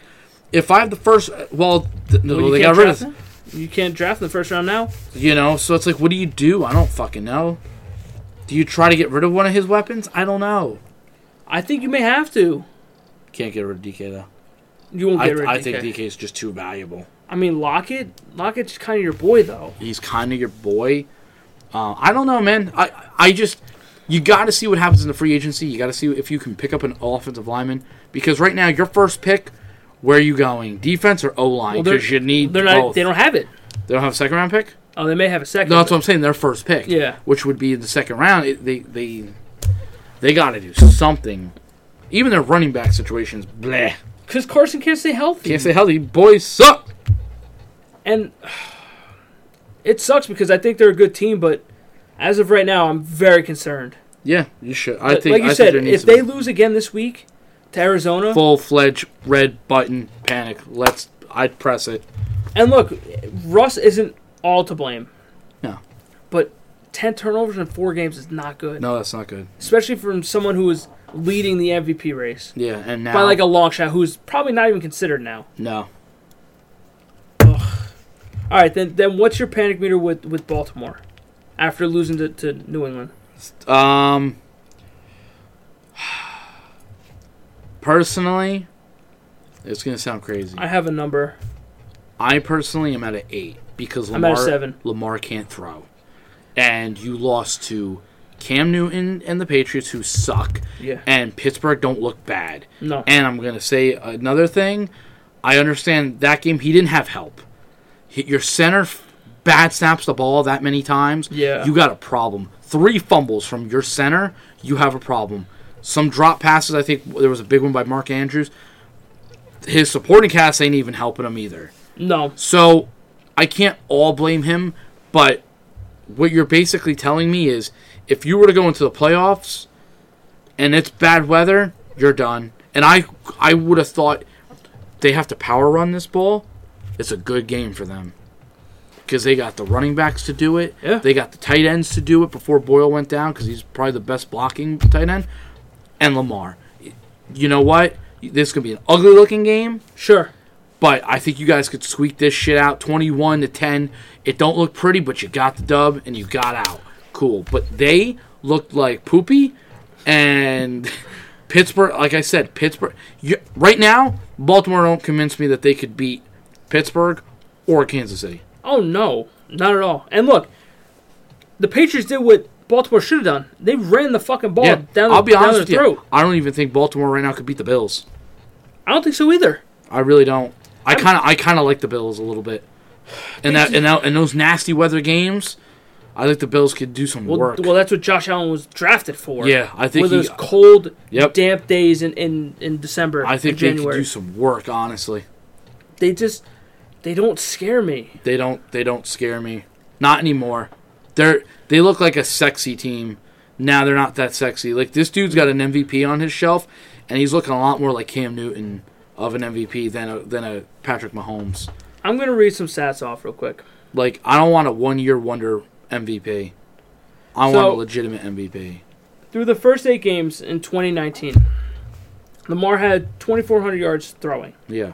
if I have the first, well, th- no,
Well, you
they
can't
got rid
draft
of,
him? You can't draft in the first round now.
you know. So it's like, what do you do? I don't fucking know. Do you try to get rid of one of his weapons? I don't know.
I think you may have to.
Can't get rid of DK though.
You won't
I,
get rid of
I
DK.
think DK is just too valuable.
I mean, Lockett. Lockett's kind of your boy though.
He's kind of your boy. Uh, I don't know, man. I I just you got to see what happens in the free agency. You got to see if you can pick up an offensive lineman because right now your first pick. Where are you going? Defense or O line?
Well, they're-
Because you need
They're not.
both.
They don't have it.
They don't have a second round pick.
Oh, they may have a second.
No, that's what I'm saying. Their first pick,
Yeah.
which would be in the second round. It, they they they got to do something. Even their running back situations, bleh.
because Carson can't stay healthy.
Can't say healthy. Boys suck.
and it sucks because I think they're a good team, but as of right now, I'm very concerned.
Yeah, you should. I think.
like you
I think
said,
there needs
if
to
they
be
lose again this week to Arizona,
full fledged red button panic, let's. I'd press it.
and look, Russ isn't all to blame.
No.
but ten turnovers in four games is not good,
No, that's not good.
especially from someone who is leading the MVP race
Yeah, and now
by like a long shot, who's probably not even considered now.
no.
All right, then then what's your panic meter with with Baltimore after losing to, to New England?
Um, personally, it's gonna sound crazy.
I have a number.
I personally am at an eight because
I'm at
Lamar
a seven.
Lamar can't throw, and you lost to Cam Newton and the Patriots, who suck,
Yeah,
and Pittsburgh don't look bad.
no,
And I'm gonna say another thing. I understand that game he didn't have help. He, your center f- bad snaps the ball that many times.
Yeah.
you got a problem. Three fumbles from your center, you have a problem. Some drop passes. I think there was a big one by Mark Andrews. His supporting cast ain't even helping him either.
no.
So I can't all blame him, but what you're basically telling me is if you were to go into the playoffs and it's bad weather, you're done. And I I would have thought they have to power run this ball. It's a good game for them. Because they got the running backs to do it.
Yeah.
They got the tight ends to do it before Boyle went down because he's probably the best blocking tight end. And Lamar. You know what? This could be an ugly looking game.
Sure.
But I think you guys could squeak this shit out 21 to 10. It don't look pretty, but you got the dub and you got out. Cool. But they looked like poopy and Pittsburgh, like I said, Pittsburgh. You, right now, Baltimore don't convince me that they could beat Pittsburgh or Kansas City.
Oh no, not at all. And look, the Patriots did what Baltimore should have done. They ran the fucking ball
Yeah,
down,
I'll be
down
honest
their
with
throat.
you. I don't even think Baltimore right now could beat the Bills.
I don't think so either.
I really don't. I kind of I kind of like the Bills a little bit. And that and that, and those nasty weather games, I think the Bills could do some
Well,
work.
well, that's what Josh Allen was drafted for.
Yeah, I think
were those
he-
cold,
Yep.
damp days in, in, in December.
I think
and
they could
January.
do some work. Honestly,
They just they don't scare me.
they don't. They don't scare me. Not anymore. They're they look like a sexy team. Now they're not that sexy. Like this dude's got an MVP on his shelf, and he's looking a lot more like Cam Newton of an MVP than a, than a Patrick Mahomes.
I'm gonna read some stats off real quick.
Like I don't want a one year wonder MVP. I want
So-
a legitimate MVP.
Through the first eight games in 2019, Lamar had 2,400 yards throwing,
Yeah,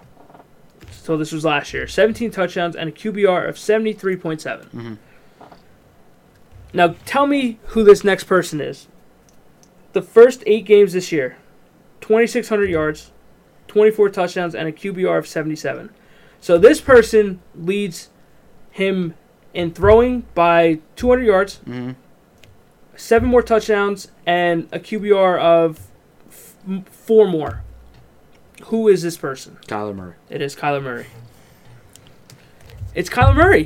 So this was last year. 17 touchdowns and a QBR of 73.7. Now tell me who this next person is. The first eight games this year, 2,600 yards, 24 touchdowns, and a QBR of 77. So this person leads him in throwing by 200 yards, seven more touchdowns, and a QBR of f- m- four more. Who is this person?
Kyler Murray.
It is Kyler Murray. It's Kyler Murray.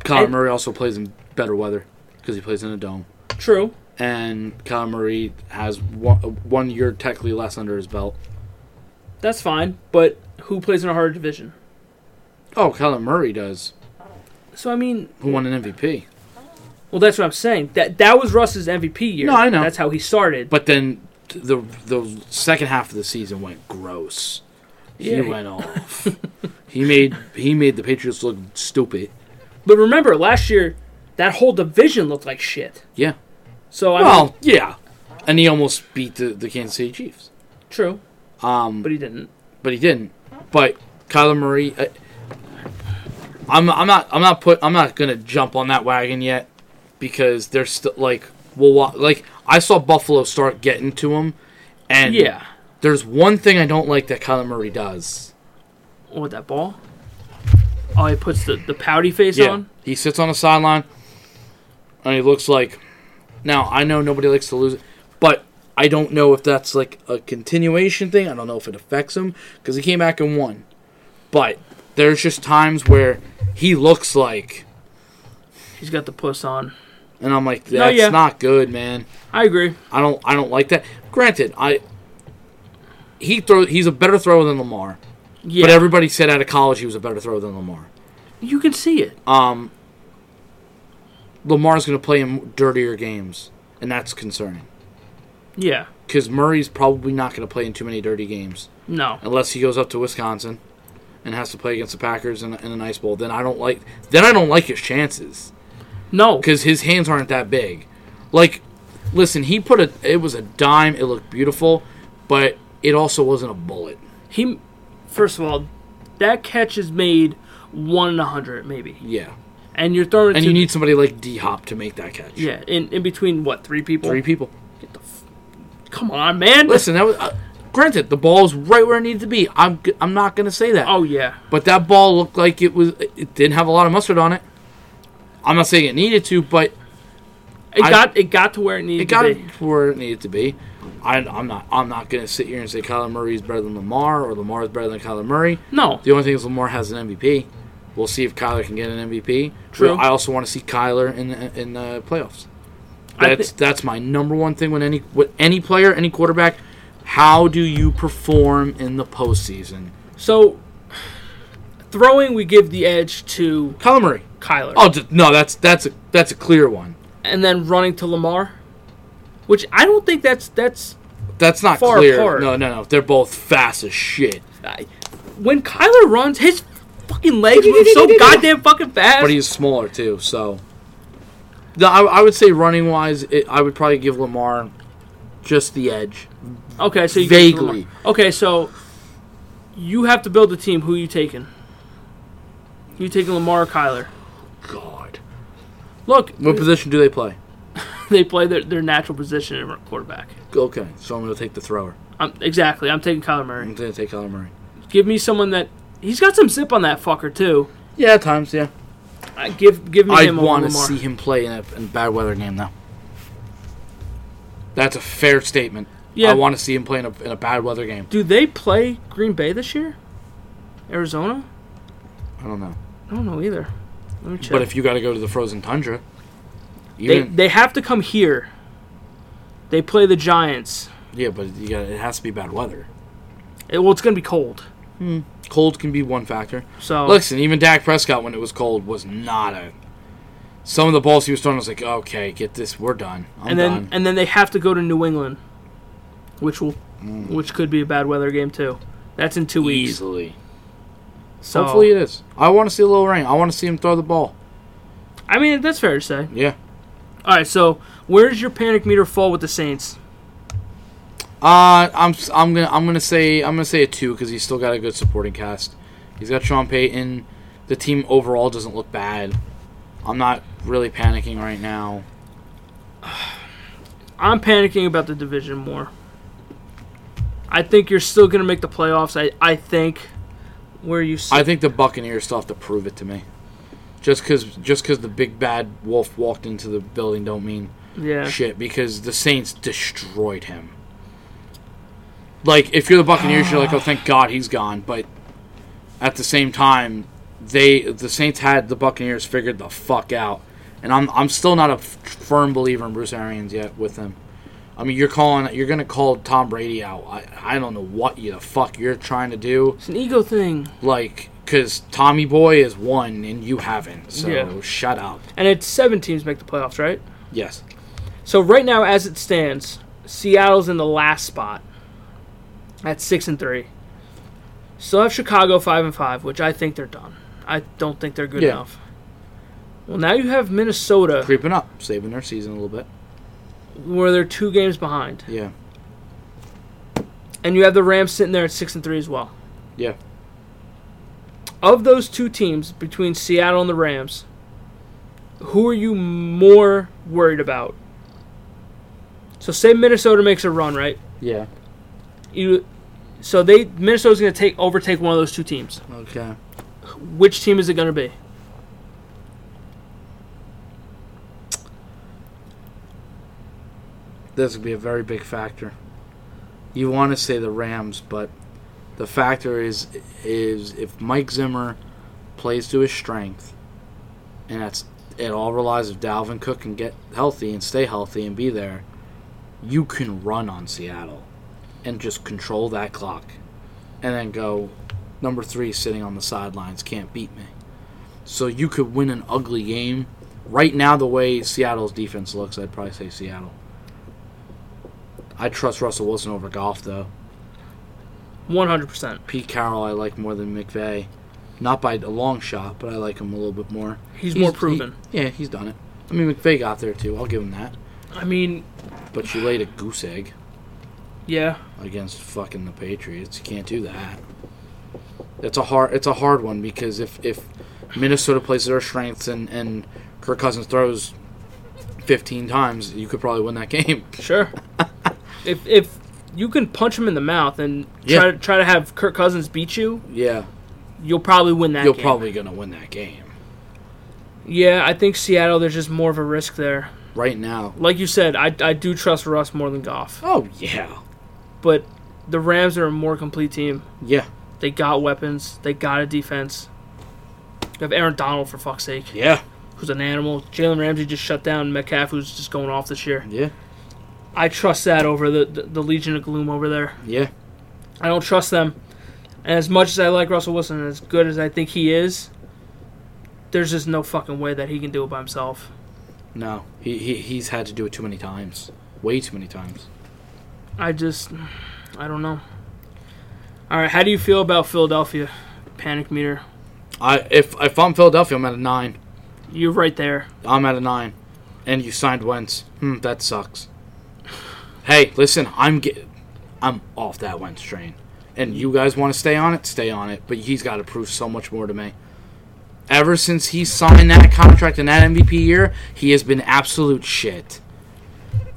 Kyler
And-
Murray also plays in better weather because he plays in a dome.
True.
And Kyler Murray has one, one year technically less under his belt.
That's fine. But who plays in a harder division?
Oh, Kyler Murray does.
So I mean,
Who won an MVP?
well, that's what I'm saying. That that was Russ's MVP year.
No, I know.
That's how he started.
But then t- the the second half of the season went gross.
Yeah.
He went off. he made he made the Patriots look stupid.
but remember, last year, that whole division looked like shit.
Yeah.
So I mean,
Well, yeah. And he almost beat the, the Kansas City Chiefs.
true,
Um,
but he didn't.
but he didn't. But Kyler Murray, I, I'm I'm not I'm not put I'm not gonna jump on that wagon yet because they're still like well wa- like I saw Buffalo start getting to him, and
Yeah.
there's one thing I don't like that Kyler Murray does.
What that ball? Oh, he puts the, the pouty face on.
he sits on the sideline, and he looks like. Now I know nobody likes to lose, but I don't know if that's like a continuation thing. I don't know if it affects him because he came back and won. But there's just times where he looks like,
He's got the puss on.
and I'm like, that's
yeah.
not good, man.
I agree.
I don't I don't like that. Granted, I he throw he's a better thrower than Lamar,
Yeah,
but everybody said out of college he was a better thrower than Lamar.
you can see it.
Um, Lamar's going to play in dirtier games, and that's concerning
yeah.
because Murray's probably not going to play in too many dirty games
No.
unless he goes up to Wisconsin and has to play against the Packers in, in an ice bowl. Then I don't like then I don't like his chances
No.
because his hands aren't that big. Like, listen, he put a it was a dime. It looked beautiful, but it also wasn't a bullet.
He, first of all, that catch is made one in a hundred maybe,
Yeah,
and you're throwing it
and
to
you need somebody like D Hop to make that catch.
yeah in, in between what three people?
three people.
Come on, man.
Listen, that was uh, granted. The ball was right where it needed to be. I'm g- I'm not gonna say that.
Oh yeah,
But that ball looked like it was. It didn't have a lot of mustard on it. I'm not saying it needed to, but
it
I-
got it got to where it needed
it got
to
it
be.
where it needed to be. I, I'm not. I'm not gonna sit here and say Kyler Murray is better than Lamar or Lamar is better than Kyler Murray.
No,
The only thing is Lamar has an MVP. We'll see if Kyler can get an MVP.
True.
But I also want to see Kyler in in the playoffs.
I thi-
That's that's my number one thing with any with any player, any quarterback. How do you perform in the postseason?
so throwing we give the edge to
Kyler Murray.
Kyler,
Oh d- no, that's that's a that's a clear one.
and then running to Lamar, which I don't think that's that's
That's not
Far
clear.
apart.
No, no, no. They're both fast as shit.
I, when Kyler runs his fucking legs move so goddamn fucking fast.
But he's smaller too, so. No, I, I would say running wise, it, I would probably give Lamar just the edge.
Okay, so you
Vaguely.
Okay, so you have to build a team. Who you taking? You taking Lamar or Kyler?
God.
Look,
What position do they play?
they play their, their natural position in quarterback.
Okay, so I'm going to take the thrower.
I'm, exactly. I'm taking Kyler Murray.
I'm going to take Kyler Murray.
Give me someone that he's got some zip on that fucker too.
Yeah, at times, yeah.
I, give give me
I
him over
want to
Lamar.
see him play in a, in a bad weather game, though. That's a fair statement.
Yeah.
I want to see him play in a, in a bad weather game.
Do they play Green Bay this year? Arizona?
I don't know.
I don't know either. Let me check.
But if you got to go to the frozen tundra,
they
even,
they have to come here. They play the Giants.
yeah, but you got it has to be bad weather.
It- well, it's gonna be cold.
Cold can be one factor.
So
Listen, even Dak Prescott, when it was cold, was not a. Some of the balls he was throwing, I was like, okay, get this, we're done. I'm
and then
done.
and then they have to go to New England, which will which could be a bad weather game too. That's in two weeks.
Mm. Easily.
So
Hopefully it is. I want to see a little rain. I want to see him throw the ball.
I mean that's fair to say.
Yeah.
All right, so where does your panic meter fall with the Saints?
Uh, I'm s- I'm gonna I'm gonna say I'm gonna say a two because he's still got a good supporting cast. He's got Sean Payton. The team overall doesn't look bad. I'm not really panicking right now.
I'm panicking about the division more. I think you're still going to make the playoffs. I, I think where you sit.
I think the Buccaneers still have to prove it to me. Just because just cause the big bad wolf walked into the building don't mean
yeah.
shit because the Saints destroyed him. Like, if you're the Buccaneers, you're like, oh, thank God he's gone. But at the same time, they the Saints had the Buccaneers figured the fuck out, and I'm I'm still not a f- firm believer in Bruce Arians yet with them. I mean, you're calling you're gonna call Tom Brady out. I I don't know what you the fuck you're trying to do,
It's an ego thing.
like. Cause Tommy Boy is one and you haven't, so
Yeah.
shut up.
And it's seven teams make the playoffs, right?
Yes,
So right now, as it stands, Seattle's in the last spot at six and three. Still have Chicago five and five, which I think they're done. I don't think they're good
Yeah.
enough. Well, now you have Minnesota,
creeping up, saving their season a little bit.
where they're two games behind,
Yeah,
and you have the Rams sitting there at six and three as well.
yeah.
Of those two teams between Seattle and the Rams, who are you more worried about? So say Minnesota makes a run, right?
Yeah.
You, so they Minnesota's going to take overtake one of those two teams.
Okay.
Which team is it going to be?
This would be a very big factor. You want to say the Rams, but the factor is is if Mike Zimmer plays to his strength, and that's it all relies if Dalvin Cook can get healthy and stay healthy and be there, you can run on Seattle and just control that clock and then go number three sitting on the sidelines can't beat me. So you could win an ugly game. Right now the way Seattle's defense looks, I'd probably say Seattle. I trust Russell Wilson over golf, though.
One hundred percent.
Pete Carroll, I like more than McVay. Not by a long shot, but I like him a little bit more.
He's more proven.
he- yeah, he's done it. I mean, McVay got there too. I'll give him that.
I mean,
But you laid a goose egg
yeah,
against fucking the Patriots. You can't do that. It's a hard. It's a hard one because if if Minnesota plays their strengths and and Kirk Cousins throws fifteen times, you could probably win that game.
sure. if if you can punch him in the mouth and
Yeah.
try to try to have Kirk Cousins beat you,
Yeah,
you'll probably win that.
you're
game.
probably gonna win that game.
Yeah, I think Seattle. There's just more of a risk there.
Right now.
Like you said, I, I do trust Russ more than Goff,
Oh yeah.
but the Rams are a more complete team.
Yeah.
They got weapons. They got a defense. You have Aaron Donald for fuck's sake,
Yeah.
who's an animal. Jalen Ramsey just shut down Metcalf, who's just going off this year.
Yeah.
I trust that over the, the, the Legion of Gloom over there.
Yeah.
I don't trust them. And as much as I like Russell Wilson and as good as I think he is, there's just no fucking way that he can do it by himself.
No, he, he he's had to do it too many times, way too many times.
I just, I don't know. All right, how do you feel about Philadelphia? Panic meter.
I if if I'm Philadelphia, I'm at a nine.
You're right there.
I'm at a nine, and you signed Wentz. Hmm, that sucks. Hey, listen, I'm get, I'm off that Wentz train, and you guys want to stay on it, stay on it. But he's got to prove so much more to me. Ever since he signed that contract and that MVP year, he has been absolute shit.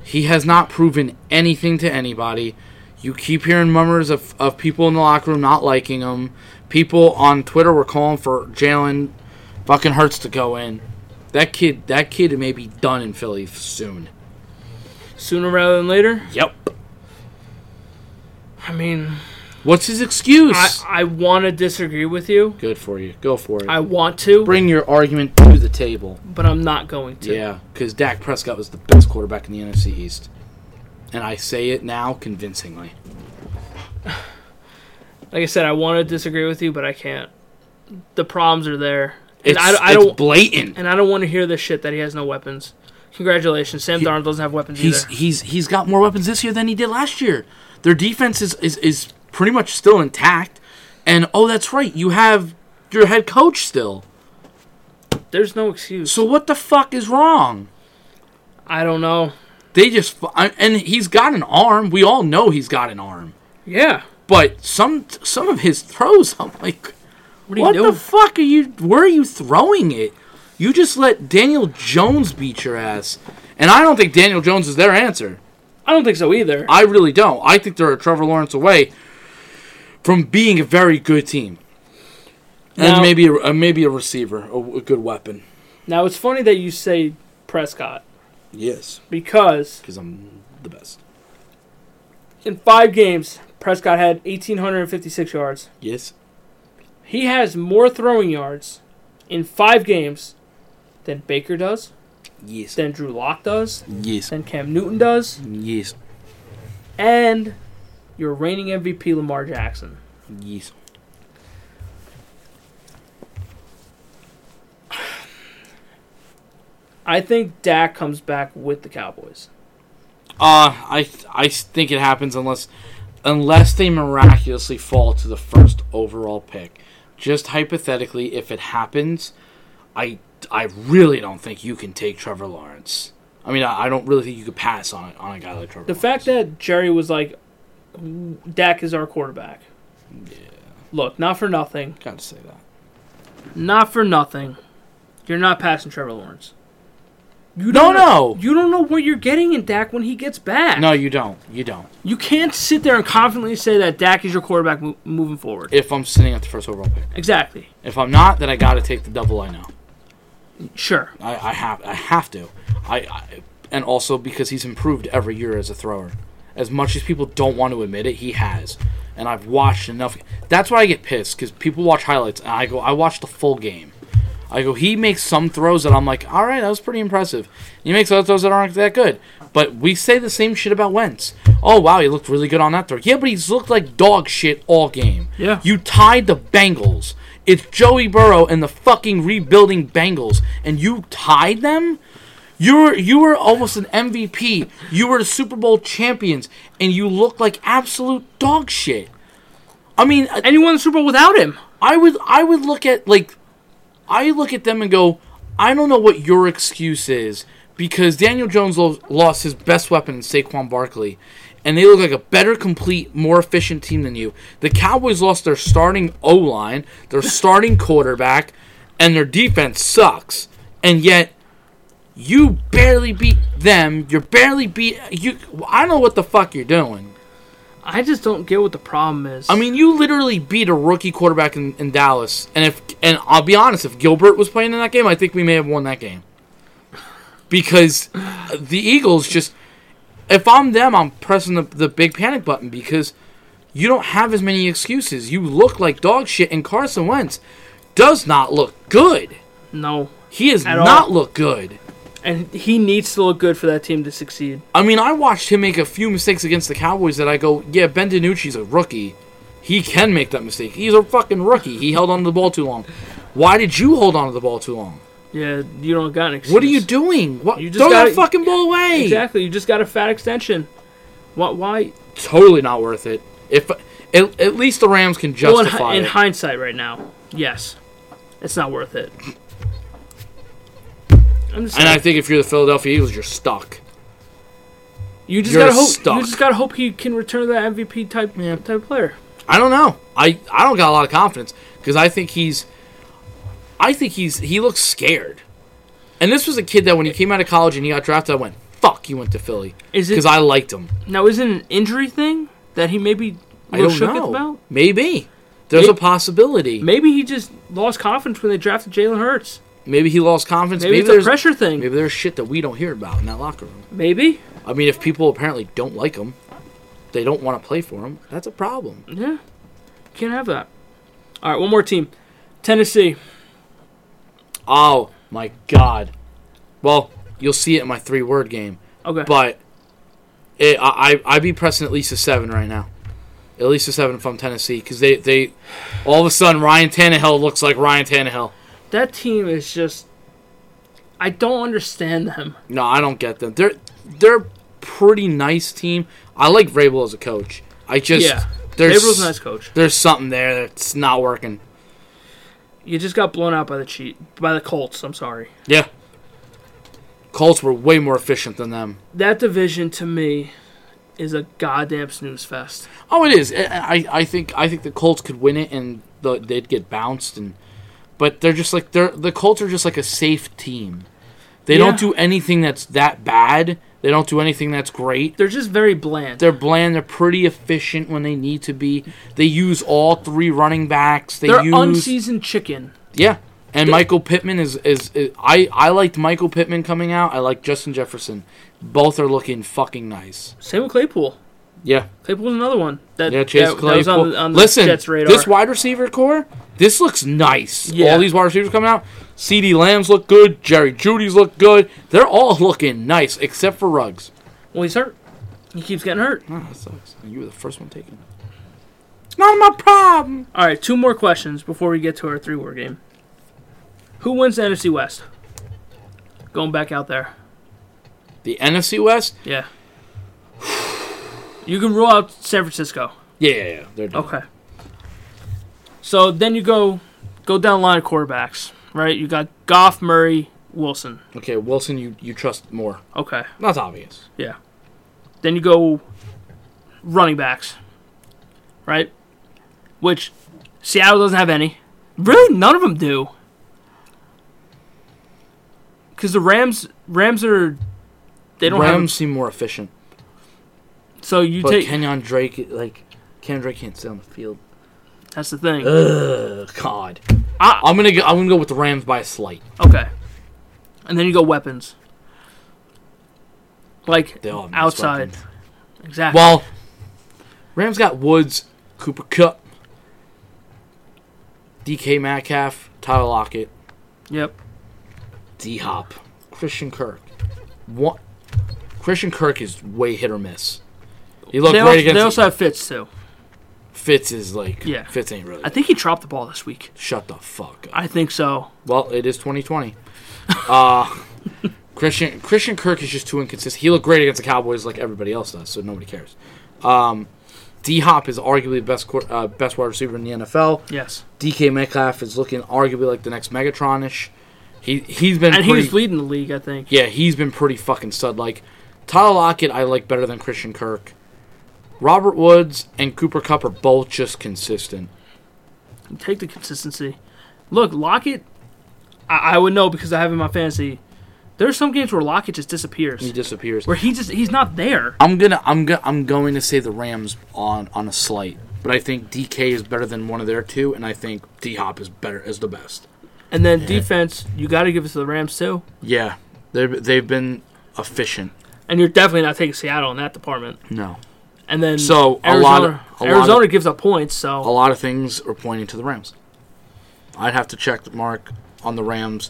He has not proven anything to anybody. You keep hearing murmurs of, of people in the locker room not liking him. People on Twitter were calling for Jalen fucking Hurts to go in. That kid, that kid may be done in Philly f- soon.
Sooner rather than later.
Yep.
I mean,
What's his excuse?
I, I want to disagree with you.
Good for you. Go for it.
I want to,
Bring your argument to the table.
but I'm not going to.
Yeah, because Dak Prescott was the best quarterback in the NFC East, and I say it now convincingly.
Like I said, I want to disagree with you, but I can't. The problems are there. And
It's,
I, I
it's
don't
blatant.
and I don't want to hear this shit that he has no weapons. Congratulations, Sam Darnold doesn't have weapons
He's
either.
he's he's got more weapons this year than he did last year. Their defense is, is, is pretty much still intact. And oh that's right, you have your head coach still.
There's no excuse.
So what the fuck is wrong?
I don't know.
They just fu- I- and he's got an arm. We all know he's got an arm.
Yeah.
But some some of his throws, I'm like,
What are
What
you doing?
the fuck are you? Where are you throwing it? You just let Daniel Jones beat your ass, and I don't think Daniel Jones is their answer.
I don't think so either.
I really don't. I think they're a Trevor Lawrence away from being a very good team, and
Now-
maybe a, uh, maybe a receiver, a, a good weapon.
Now it's funny that you say Prescott
Yes,
because
because I'm the best.
in five games Prescott had 1,856 yards.
Yes,
He has more throwing yards in five games than Baker does,
yes,
than Drew Lock does,
yes,
than Cam Newton does,
yes,
and your reigning MVP Lamar Jackson.
yes.
I think Dak comes back with the Cowboys.
Uh, I I think it happens unless unless they miraculously fall to the first overall pick. Just hypothetically, if it happens, I I really don't think you can take Trevor Lawrence. I mean, I, I don't really think you could pass on on a guy like Trevor.
The fact that Jerry was like, Dak is our quarterback. Look, not for nothing.
got to say that
Not for nothing. You're not passing Trevor Lawrence.
no,
You don't know-
no,
You don't know what you're getting in Dak when he gets back.
no, you don't, you don't.
You can't sit there and confidently say that Dak is your quarterback mo- moving forward.
If I'm sitting at the first overall pick,
Exactly.
if I'm not, then I got to take the double. I know.
Sure.
I, I have I have to. I, I and also because he's improved every year as a thrower. As much as people don't want to admit it, he has. And I've watched enough. That's why I get pissed because people watch highlights and I go, I watch the full game. I go, he makes some throws that I'm like, all right, that was pretty impressive. He makes other throws that aren't that good. But we say the same shit about Wentz. Oh wow, he looked really good on that throw. Yeah, but he's looked like dog shit all game.
Yeah.
You tied the Bengals. It's Joey Burrow and the fucking rebuilding Bengals, and you tied them. You were you were almost an MVP. You were the Super Bowl champions, and you look like absolute dog shit. I mean, I-
And you won the Super Bowl without him.
I would I would look at like I look at them and go, I don't know what your excuse is because Daniel Jones lo- lost his best weapon in Saquon Barkley, and they look like a better, complete, more efficient team than you. The Cowboys lost their starting O line, their starting quarterback, and their defense sucks, and yet. You barely beat them. You're barely beat. You. I don't know what the fuck you're doing.
I just don't get what the problem is.
I mean, you literally beat a rookie quarterback in, in Dallas, and if and I'll be honest, if Gilbert was playing in that game, I think we may have won that game because the Eagles just. If I'm them, I'm pressing the, the big panic button because you don't have as many excuses. You look like dog shit, and Carson Wentz does not look good.
no.
He has
At
not
all.
looked good.
And he needs to look good for that team to succeed.
I mean, I watched him make a few mistakes against the Cowboys that I go, yeah, Ben DiNucci's a rookie. He can make that mistake. He's a fucking rookie. He held on to the ball too long. Why did you hold on to the ball too long?
Yeah, you don't got an excuse.
What are you doing? What?
You just
Throw
gotta-
that fucking ball away.
Exactly. You just got a fat extension. Why? why?
Totally not worth it. If at, at least the Rams can
Well, in,
justify
hi- in
it.
hindsight, right now, yes, it's not worth it. I'm just
and I
saying,
think if you're the Philadelphia Eagles, you're stuck.
you just
you're
gotta hope.
stuck.
You just gotta hope he can return to that MVP type type player.
I don't know. I, I don't got a lot of confidence because I think he's, I think he's he looks scared, and this was a kid that when he came out of college and he got drafted, I went fuck. He went to Philly
Is it
because I liked him.
now? Is it an injury thing that he maybe
I
little
don't
shook
know.
about?
Maybe there's
May-
a possibility. Maybe,
Maybe he just lost confidence when they drafted Jalen Hurts.
he lost confidence.
Maybe,
Maybe,
it's a
there's
pressure thing. Maybe.
maybe there's shit that we don't hear about in that locker room. I mean, if people apparently don't like him, they don't want to play for him. That's a problem.
Yeah. Can't have that. All right, one more team. Tennessee.
Oh my god. Well, you'll see it in my three word game.
Okay.
but it, I I- I'd be pressing at least a seven right now, at least a seven from Tennessee because they they all of a sudden Ryan Tannehill looks like Ryan Tannehill.
that team is just I don't understand them.
No, I don't get them. They're they're a pretty nice team. I like Vrabel as a coach. I just
Yeah.
there's
Gabriel's a nice coach.
there's something there that's not working.
You just got blown out by the cheat by the Colts, I'm sorry.
Yeah, Colts were way more efficient than them.
That division to me is a goddamn snooze fest.
Oh, it is. I, I- I think I think the Colts could win it, and the, they'd get bounced. And but they're just like they're the Colts are just like a safe team. They
Yeah.
don't do anything that's that bad. They don't do anything that's great.
They're just very bland.
They're bland. They're pretty efficient when they need to be. They use all three running backs. They
They're
use
unseasoned chicken.
yeah. And Michael Pittman is, is is I I liked Michael Pittman coming out. I like Justin Jefferson. Both are looking fucking nice.
Same with Claypool.
Yeah.
Claypool's another one. That,
Yeah, Chase
that,
Claypool.
that was on, the- on the
Listen,
Jets radar.
this wide receiver core, this looks nice.
Yeah.
All these wide receivers coming out. C.D. Lamb's look good. Jerry Judy's look good. They're all looking nice, except for Ruggs.
well, he's hurt. He keeps getting hurt.
Oh, that sucks. You were the first one taken. Not my problem.
All right, two more questions before we get to our three war game. Who wins the NFC West? Going back out there.
The NFC West?
Yeah. You can rule out San Francisco.
Yeah, yeah, yeah. They're done.
Okay. So then you go go down the line of quarterbacks, right? You got Goff, Murray, Wilson.
Okay, Wilson, you, you trust more.
Okay.
That's obvious.
Yeah. Then you go running backs, right? Which Seattle doesn't have any. Really, none of them do. Because the Rams, Rams are they don't
Rams seem more efficient.
have. So you
But
take
Kenyon Drake, like, Kenyon Drake can't stay on the field.
that's the thing.
Uh, Ugh, God.
Ah.
I'm gonna go, I'm gonna go with the Rams by a slight.
Okay. And then you go weapons. Like
They all have nice
outside.
weapons.
Exactly.
Well, Rams got Woods, Cooper Cup, DK Metcalf, Tyler Lockett,
yep.
D Hop, Christian Kirk. What? Christian Kirk is way hit or miss. He looked
They,
great
also,
against.
they also have Fitz too.
Fitz is like
Yeah.
Fitz ain't really.
I think he dropped the ball this week.
Shut the fuck up.
I think so.
Well, it is 2020. Uh, Christian Christian Kirk is just too inconsistent. He looked great against the Cowboys, like everybody else does, so nobody cares. Um, D Hop is arguably the best quar- uh, best wide receiver in the NFL.
Yes.
DK Metcalf is looking arguably like the next Megatronish. He he's been
And he
pretty,
was leading the league, I think.
yeah he's been pretty fucking stud. Like Tyler Lockett, I like better than Christian Kirk. Robert Woods and Cooper Cup are both just consistent.
Take the consistency. Look, Lockett, I, I would know because I have him in my fantasy. There's some games where Lockett just
He
disappears,
disappears.
where he just he's not there.
I'm gonna I'm gonna I'm going to say the Rams on on a slight, but I think DK is better than one of their two, and I think D Hop is better is the best.
And then defense, you got to give it to the Rams too.
Yeah, they they've been efficient.
And you're definitely not taking Seattle in that department.
No,
And then
So, a
Arizona,
lot of- a lot of-
Arizona gives up points. So
a lot of things are pointing to the Rams. I'd have to check the mark on the Rams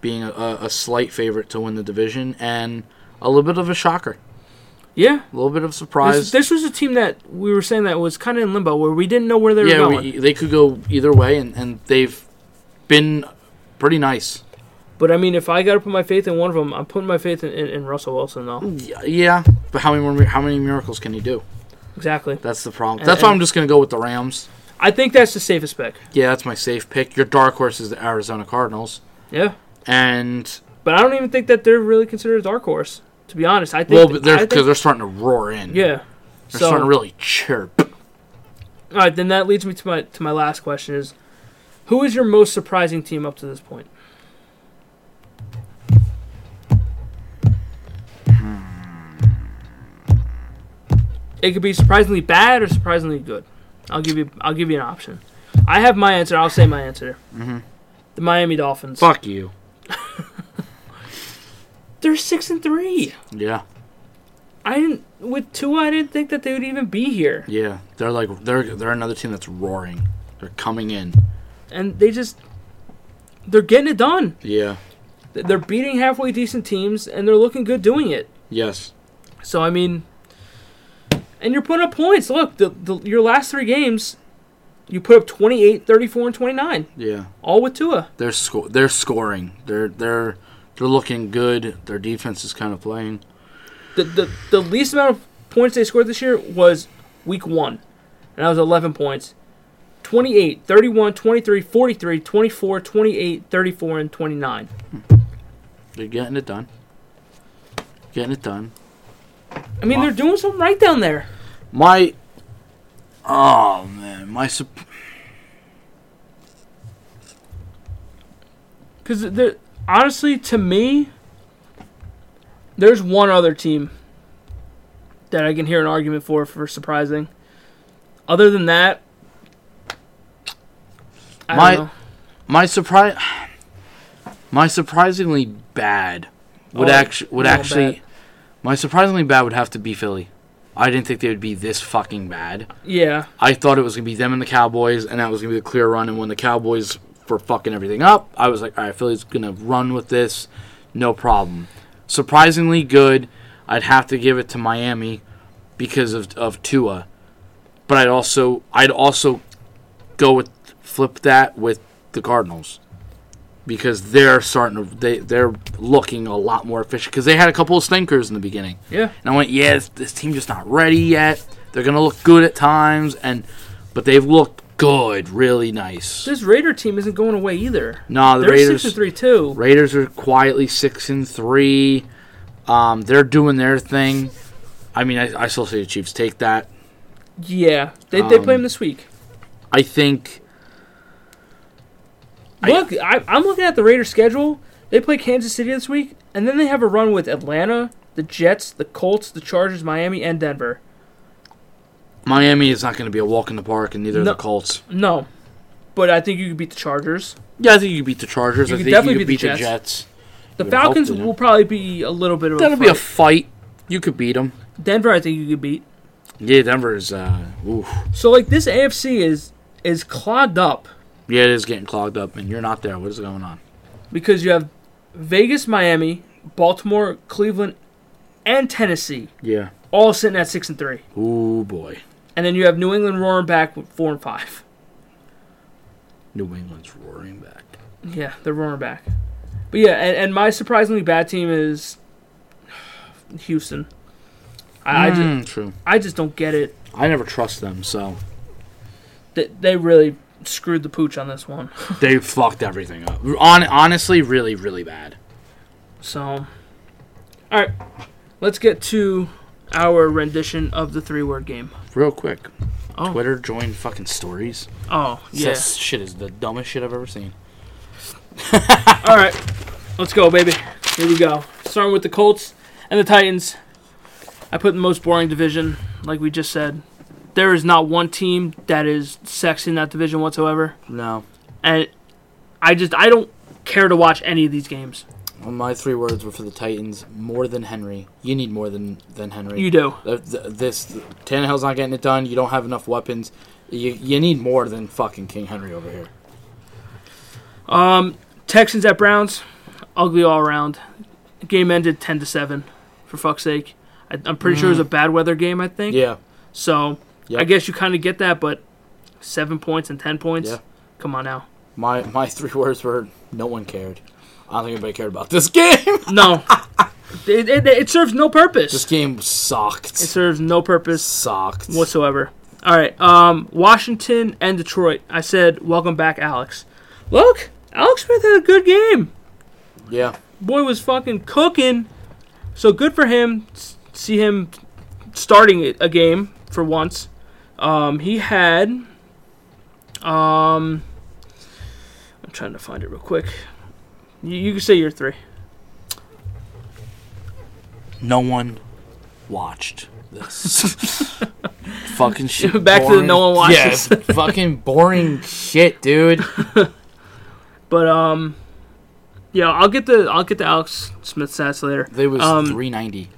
being a, a a slight favorite to win the division and a little bit of a shocker,
yeah,
a little bit of
this,
surprise.
this was a team that we were saying that was kind of in limbo, where we didn't know where they were
yeah,
going.
we, they could go either way, and, and they've been pretty nice.
but I mean, if I got to put my faith in one of them, I'm putting my faith in, in, in Russell Wilson though.
Y- Yeah, but how many more, mi- how many miracles can you do?
Exactly.
That's the problem.
And-
that's why
and-
I'm just going to go with the Rams.
I think that's the safest pick.
Yeah, that's my safe pick. Your dark horse is the Arizona Cardinals.
Yeah.
And
But I don't even think that they're really considered a dark horse. To be honest, I think.
well, because
I
they're,
think-
'cause they're starting to roar in.
yeah.
they're
so,
starting to really chirp.
all right, then that leads me to my to my last question: is who is your most surprising team up to this point?
Hmm.
It could be surprisingly bad or surprisingly good. I'll give you I'll give you an option. I have my answer. I'll say my answer. Mm-hmm. The Miami Dolphins.
Fuck you.
They're six and three.
Yeah,
I didn't with two. I didn't think that they would even be here.
yeah. They're like they're they're another team that's roaring. They're coming in.
and they just they're getting it done.
Yeah.
They're beating halfway decent teams, and they're looking good doing it.
Yes.
So I mean, and you're putting up points. Look, the, the your last three games, you put up 28, 34, and 29,
Yeah.
all with Tua.
They're sco- they're scoring. They're they're they're looking good. Their defense is kind of playing.
The the the least amount of points they scored this year was week one, and that was 11 points. 28, 31, 23, 43, 24, 28, 34, and 29.
They're getting it done. Getting it done.
I mean,
Wow.
they're doing something right down there.
My. Oh man, my. Sup-
Because honestly, to me, there's one other team that I can hear an argument for for surprising. Other than that, I
My-
don't know.
my surprise. My surprisingly bad would
Oh,
actu would
real
actually.
bad.
My surprisingly bad would have to be Philly. I didn't think they would be this fucking bad.
Yeah,
I thought it was gonna be them and the Cowboys, and that was gonna be the clear run. And when the Cowboys were fucking everything up, I was like, all right, Philly's gonna run with this, no problem. Surprisingly good. I'd have to give it to Miami because of of Tua, but I'd also I'd also go with flip that with the Cardinals because they're starting to they they're looking a lot more efficient because they had a couple of stinkers in the beginning.
yeah.
And I went, yeah, this, this team's just not ready yet. They're gonna look good at times, and but they've looked good, really nice.
This Raider team isn't going away either.
Nah, the
They're
Raiders.
six and three too.
Raiders are quietly six and three. Um, they're doing their thing. I mean, I, I still say the Chiefs take that.
Yeah, they they play
Um,
them this week.
I think. I-
Look, I, I'm looking at the Raiders' schedule. They play Kansas City this week, and then they have a run with Atlanta, the Jets, the Colts, the Chargers, Miami, and Denver.
Miami is not going to be a walk in the park, and neither are
No.
the Colts.
No, but I think you could beat the Chargers.
Yeah, I think you could beat the Chargers.
You
I
could
think
definitely
you could
beat
beat
the
the
Jets.
Jets.
The
would hope
Falcons
they do.
will probably be a little bit of
That'll
a,
be a fight.
fight.
You could beat them.
Denver. I think you could beat.
Yeah, Denver's. Uh, oof.
So like this AFC is is clogged up
Yeah, it is getting clogged up, and you're not there. What is going on?
because you have Vegas, Miami, Baltimore, Cleveland, and Tennessee
Yeah.
all sitting at six and three,
Oh boy,
and then you have New England roaring back with four and five.
New England's roaring back.
Yeah, they're roaring back. But yeah, and, and my surprisingly bad team is Houston. I,
Mm.
I just
Hmm, true.
I just don't get it.
I never trust them, so
They, they really screwed the pooch on this one.
they fucked everything up. On honestly, really, really bad.
So, all right, let's get to our rendition of the three-word game.
Real quick,
Oh.
Twitter joined fucking stories.
Oh yeah.
This shit is the dumbest shit I've ever seen.
All right, let's go, baby. Here we go. Starting with the Colts and the Titans. I put the most boring division, like we just said. There is not one team that is sexy in that division whatsoever.
No,
and I just I don't care to watch any of these games.
well, my three words were for the Titans: more than Henry. You need more than than Henry.
You do.
Th- th- this Tannehill's not getting it done. You don't have enough weapons. You you need more than fucking King Henry over here.
Texans at Browns, ugly all around. Game ended ten to seven. For fuck's sake, I, I'm pretty sure it was a bad weather game. I think.
Mm. Yeah,
So I
Yep.
guess you kind of get that, but seven points and ten points.
Yeah.
Come on now.
my my three words were: no one cared. I don't think anybody cared about this game.
No, it, it, it serves no purpose.
This game sucked.
it serves no purpose.
sucked.
whatsoever. All right, um, Washington and Detroit. I said, welcome back, Alex. Look, Alex Smith had a good game.
yeah,
Boy was fucking cooking. So good for him. S- See him starting a- a game for once. Um, he had. Um, I'm trying to find it real quick. You, you can say your three.
no one watched this. fucking shit.
Back to the no one watched
Yeah, fucking boring shit, dude.
But um, yeah, I'll get the I'll get the Alex Smith stats later.
They was
Um,
390.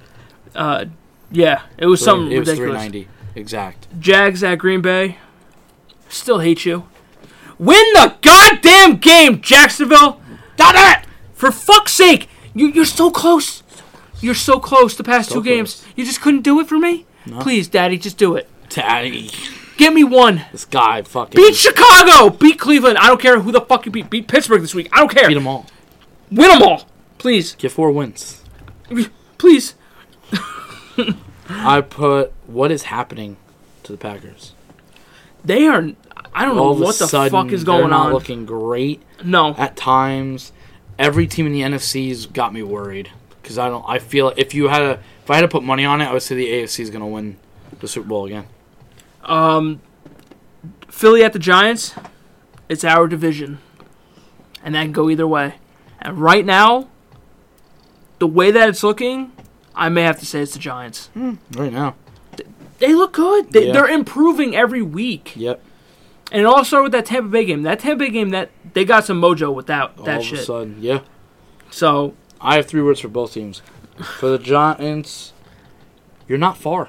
Uh, yeah, it was something
it was
ridiculous.
390 exact.
Jags at Green Bay. Still hate you. Win the goddamn game, Jacksonville!
Got it.
For fuck's sake! You, you're so close. You're so close the past
So
two games. You just couldn't do it for me? Please, Daddy, just do it.
Daddy,
Get me one.
this guy fucking
Beat Chicago! Beat Cleveland! I don't care who the fuck you beat. Beat Pittsburgh this week. I don't care.
beat them all.
Win them all. Please.
Get four wins.
Please.
I put what is happening to the Packers.
They are. I don't
All
know what
of a
the
sudden,
fuck is
they're
going
not
on.
looking great
no.
at times. Every team in the NFC's got me worried because because I don't. I feel if you had a, if I had to put money on it, I would say the AFC is going to win the Super Bowl again.
Um, Philly at the Giants. It's our division, and that can go either way. And right now, the way that it's looking, I may have to say it's the Giants.
Right now.
They look good. They,
Yeah.
They're improving every week.
Yep.
And it all started with that Tampa Bay game. That Tampa Bay game that they got some mojo with that that
All
shit.
of a sudden, yeah.
So
I have three words for both teams. For the Giants, you're not far.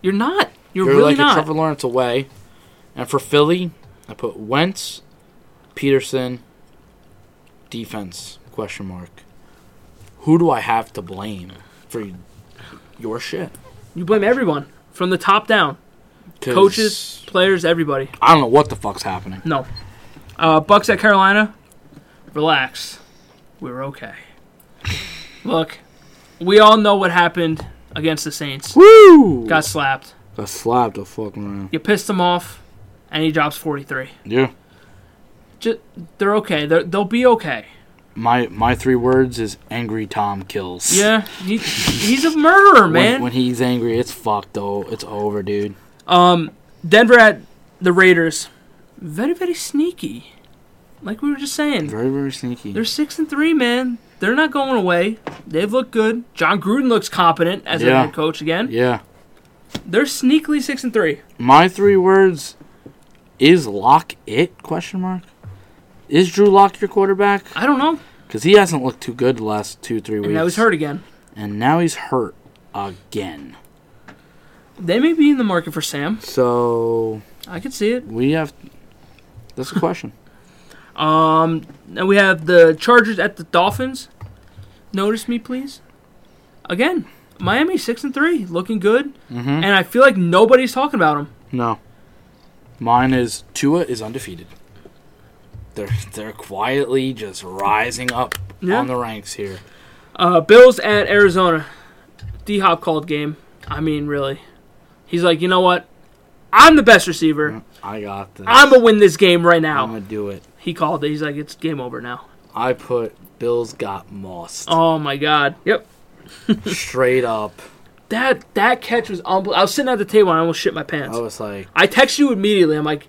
you're not. You're,
You're
really
like a
not.
Trevor Lawrence away. And for Philly, I put Wentz, Peterson, defense question mark. Who do I have to blame for your shit?
you blame everyone from the top down,
'Cause
coaches, players, everybody.
I don't know what the fuck's happening.
No. Uh, Bucks at Carolina. Relax. We're okay. Look, we all know what happened against the Saints.
Woo!
Got slapped.
I slapped the fucking around.
You pissed them off, and he drops 43.
Yeah.
Just, they're okay. They're, they'll be okay.
My my three words is angry Tom kills.
Yeah, he, he's a murderer, man.
When, when he's angry, it's fucked though. It's over, dude.
Denver at the Raiders. Very, very sneaky. Like we were just saying,
Very very sneaky.
they're six and three, man. They're not going away. They've looked good. John Gruden looks competent as
Yeah.
a head coach again.
yeah.
They're sneakily six and three.
my three words is Lock it question mark is Drew Lock your quarterback
I don't know.
because he hasn't looked too good the last two three weeks
And now he's hurt again.
and now he's hurt again
They may be in the market for Sam.
so
I could see it.
we have that's a question
Um, now we have the Chargers at the Dolphins. Notice me, please. Again, Miami six and three, looking good,
mm-hmm.
and I feel like nobody's talking about them.
no mine is Tua is undefeated they're they're quietly just rising up
Yeah.
on the ranks here
Uh, Bills at Arizona. D Hop called game. I mean, really. He's like, you know what? I'm the best receiver.
I got this
I'm gonna win this game right now.
I'm gonna do it
He called it. He's like, it's game over now.
I put Bills got mossed
Oh my god. Yep.
straight up
That that catch was unbelievable. I was sitting at the table and I almost shit my pants.
I was like
I text you immediately. I'm like,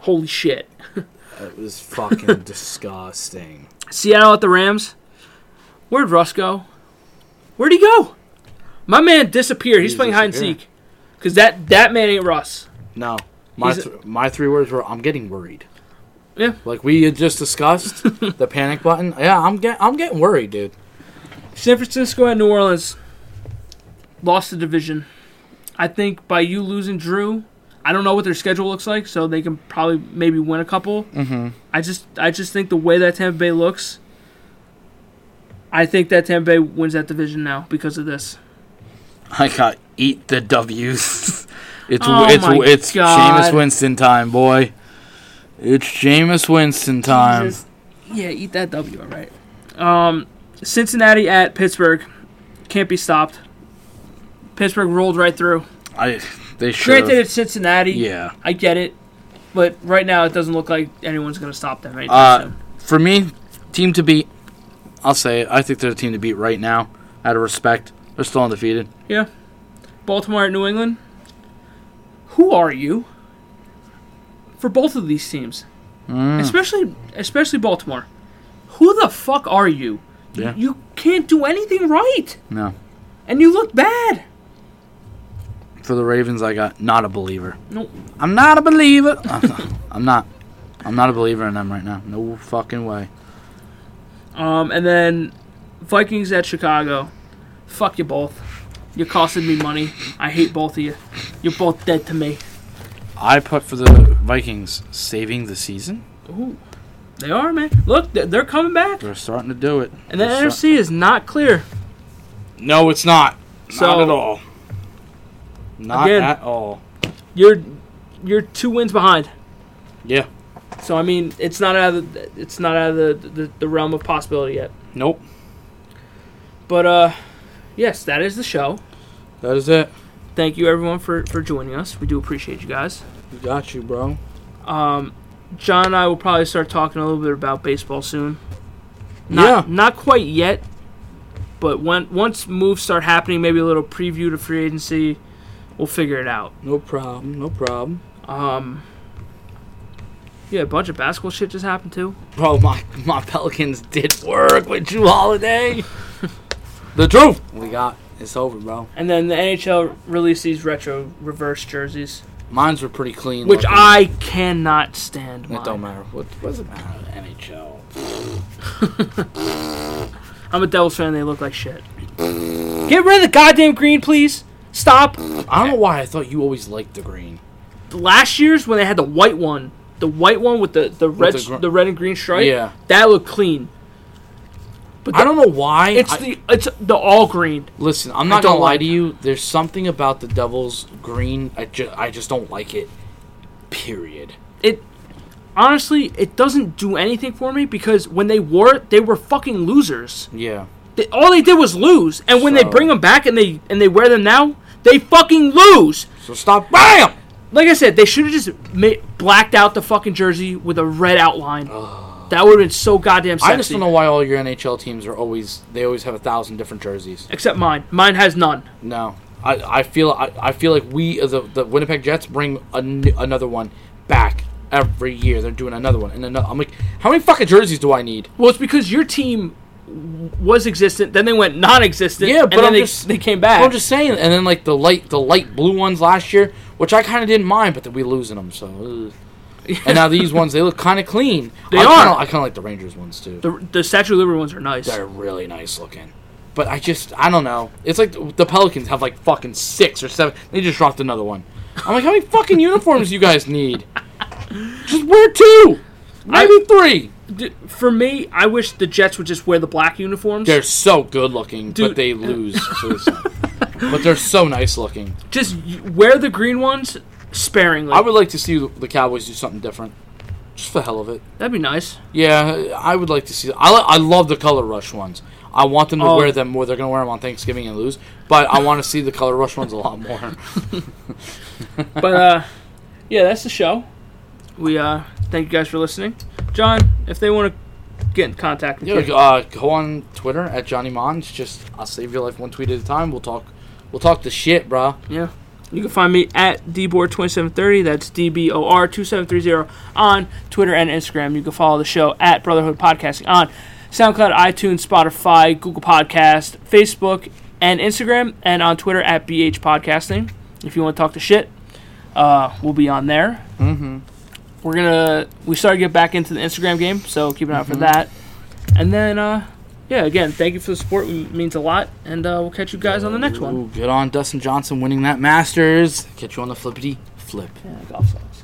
holy shit.
It was fucking disgusting.
Seattle at the Rams. Where'd Russ go? Where'd he go? My man disappeared. He's,
He
playing hide and
disappeared.
seek. Cause that that man ain't Russ.
No, my
He's-
th- my three words were I'm getting worried.
Yeah.
like we had just discussed the panic button. Yeah, I'm get I'm getting worried, dude.
San Francisco at New Orleans lost the division. I think by you losing Drew, I don't know what their schedule looks like, so they can probably maybe win a couple. Mm-hmm. I just I just think the way that Tampa Bay looks, I think that Tampa Bay wins that division now because of this.
I got eat the W's. It's
Oh
it's
my
it's
God.
Jameis Winston time, boy. It's Jameis Winston time.
Jesus. Yeah, eat that W, all right. Um, Cincinnati at Pittsburgh can't be stopped. Pittsburgh rolled right through.
I they should.
Granted,
have-
it's Cincinnati.
Yeah,
I get it, but right now it doesn't look like anyone's going to stop them anytime
Uh,
soon.
for me, team to beat. I'll say it. I think they're the team to beat right now. Out of respect, they're still undefeated.
Yeah, Baltimore at New England. Who are you? For both of these teams, especially especially Baltimore, who the fuck are you?
Yeah.
You can't do anything right,
No,
and you look bad.
for the Ravens, I got not a believer.
No,
I'm not a believer. I'm not. I'm not, I'm not a believer in them right now. No fucking way.
Um, and then Vikings at Chicago. Fuck you both. You costed me money. I hate both of you. You're both dead to me.
I put for the Vikings saving the season.
Ooh, they are, man. Look, they- they're coming back.
They're starting to do it.
And the
They're start-
NFC is not clear.
no, it's not. not
So-
at all. Not
Again.
at all.
You're you're two wins behind.
Yeah.
So I mean, it's not out of the, it's not out of the, the, the realm of possibility yet.
Nope.
But uh, yes, that is the show.
That is it.
Thank you everyone for for joining us. We do appreciate you guys.
We got you, bro.
Um, John and I will probably start talking a little bit about baseball soon. Not, Not quite yet, But when once moves start happening, maybe a little preview to free agency, we'll figure it out.
No problem. No problem.
Um, yeah, a bunch of basketball shit just happened too.
Bro, my my Pelicans did work with Drew Holiday. the truth. We got. It's over, bro.
And then the NHL released these retro reverse jerseys,
Mines were pretty clean.
which
looking.
I cannot stand.
It
mine.
don't matter. What, what does it matter? NHL.
I'm a Devils fan. They look like shit. Get rid of the goddamn green, please. Stop.
I don't know why I thought you always liked the green.
Last year's when they had the white one, the white one with the the red
the
the,
gr-
the red and green stripe.
Yeah.
that looked clean. But
I don't know why.
It's
I-
the it's the all green.
listen. I'm not
don't
gonna lie
like
to you. There's something about the Devils green. I just I just don't like it. Period.
It honestly it doesn't do anything for me because when they wore it, they were fucking losers.
Yeah.
They, all they did was lose, and when they
So-
bring them back and they and they wear them now, they fucking lose.
So stop. Bam.
Like I said, they should have just ma- blacked out the fucking jersey with a red outline. that would have been so goddamn sexy.
I just don't know why all your NHL teams are always they always have a thousand different jerseys.
Except mine. Mine has none.
No, I, I feel I, I feel like we as the the Winnipeg Jets bring an, another one back every year. They're doing another one and another. I'm like, how many fucking jerseys do I need?
Well, it's because your team w- was existent, then they went non-existent,
Yeah,
and
but
then
I'm
they,
just-
they came back.
I'm just saying. And then like the light the light blue ones last year, which I kind of didn't mind, but that we losing them so. ugh. and now these ones they look kind of clean.
They
I
are.
Kinda, I kind of like the Rangers ones too.
the, the Statue of Liberty ones are nice.
They're really nice looking. But I just, I don't know. It's like the Pelicans have like fucking six or seven. They just dropped another one. I'm like, how many fucking uniforms do you guys need? Just wear two, maybe three.
D- for me, I wish the Jets would just wear the black uniforms.
They're so good looking, but
Dude.
they lose. so it's- but they're so nice looking.
just y- wear the green ones sparingly.
I would like to see the Cowboys do something different, just for the hell of it.
That'd be nice.
Yeah, I would like to see. I li- I love the color rush ones. I want them to
Oh.
wear them more. They're gonna wear them on Thanksgiving and lose, but I want to see the color rush ones a lot more.
But uh, yeah, that's the show. We uh, thank you guys for listening. John, if they want to get in contact with
Yeah,
you,
uh, go on Twitter at Johnny Mons. Just I'll save your life one tweet at a time. We'll talk. We'll talk the shit, bruh.
yeah, you can find me at dbor2730. That's d b o r 2730 on Twitter and Instagram. You can follow the show at Brotherhood Podcasting on SoundCloud, iTunes, Spotify, Google Podcast, Facebook, and Instagram, and on Twitter at bh podcasting. If you want to talk to shit, uh, we'll be on there. we're gonna we started to get back into the Instagram game, so keep an eye out for that. And then uh yeah, again, thank you for the support. It means a lot, and uh, we'll catch you guys on the next one.
Ooh, good on Dustin Johnson winning that Masters. Catch you on the flippity flip.
Yeah, golf sucks.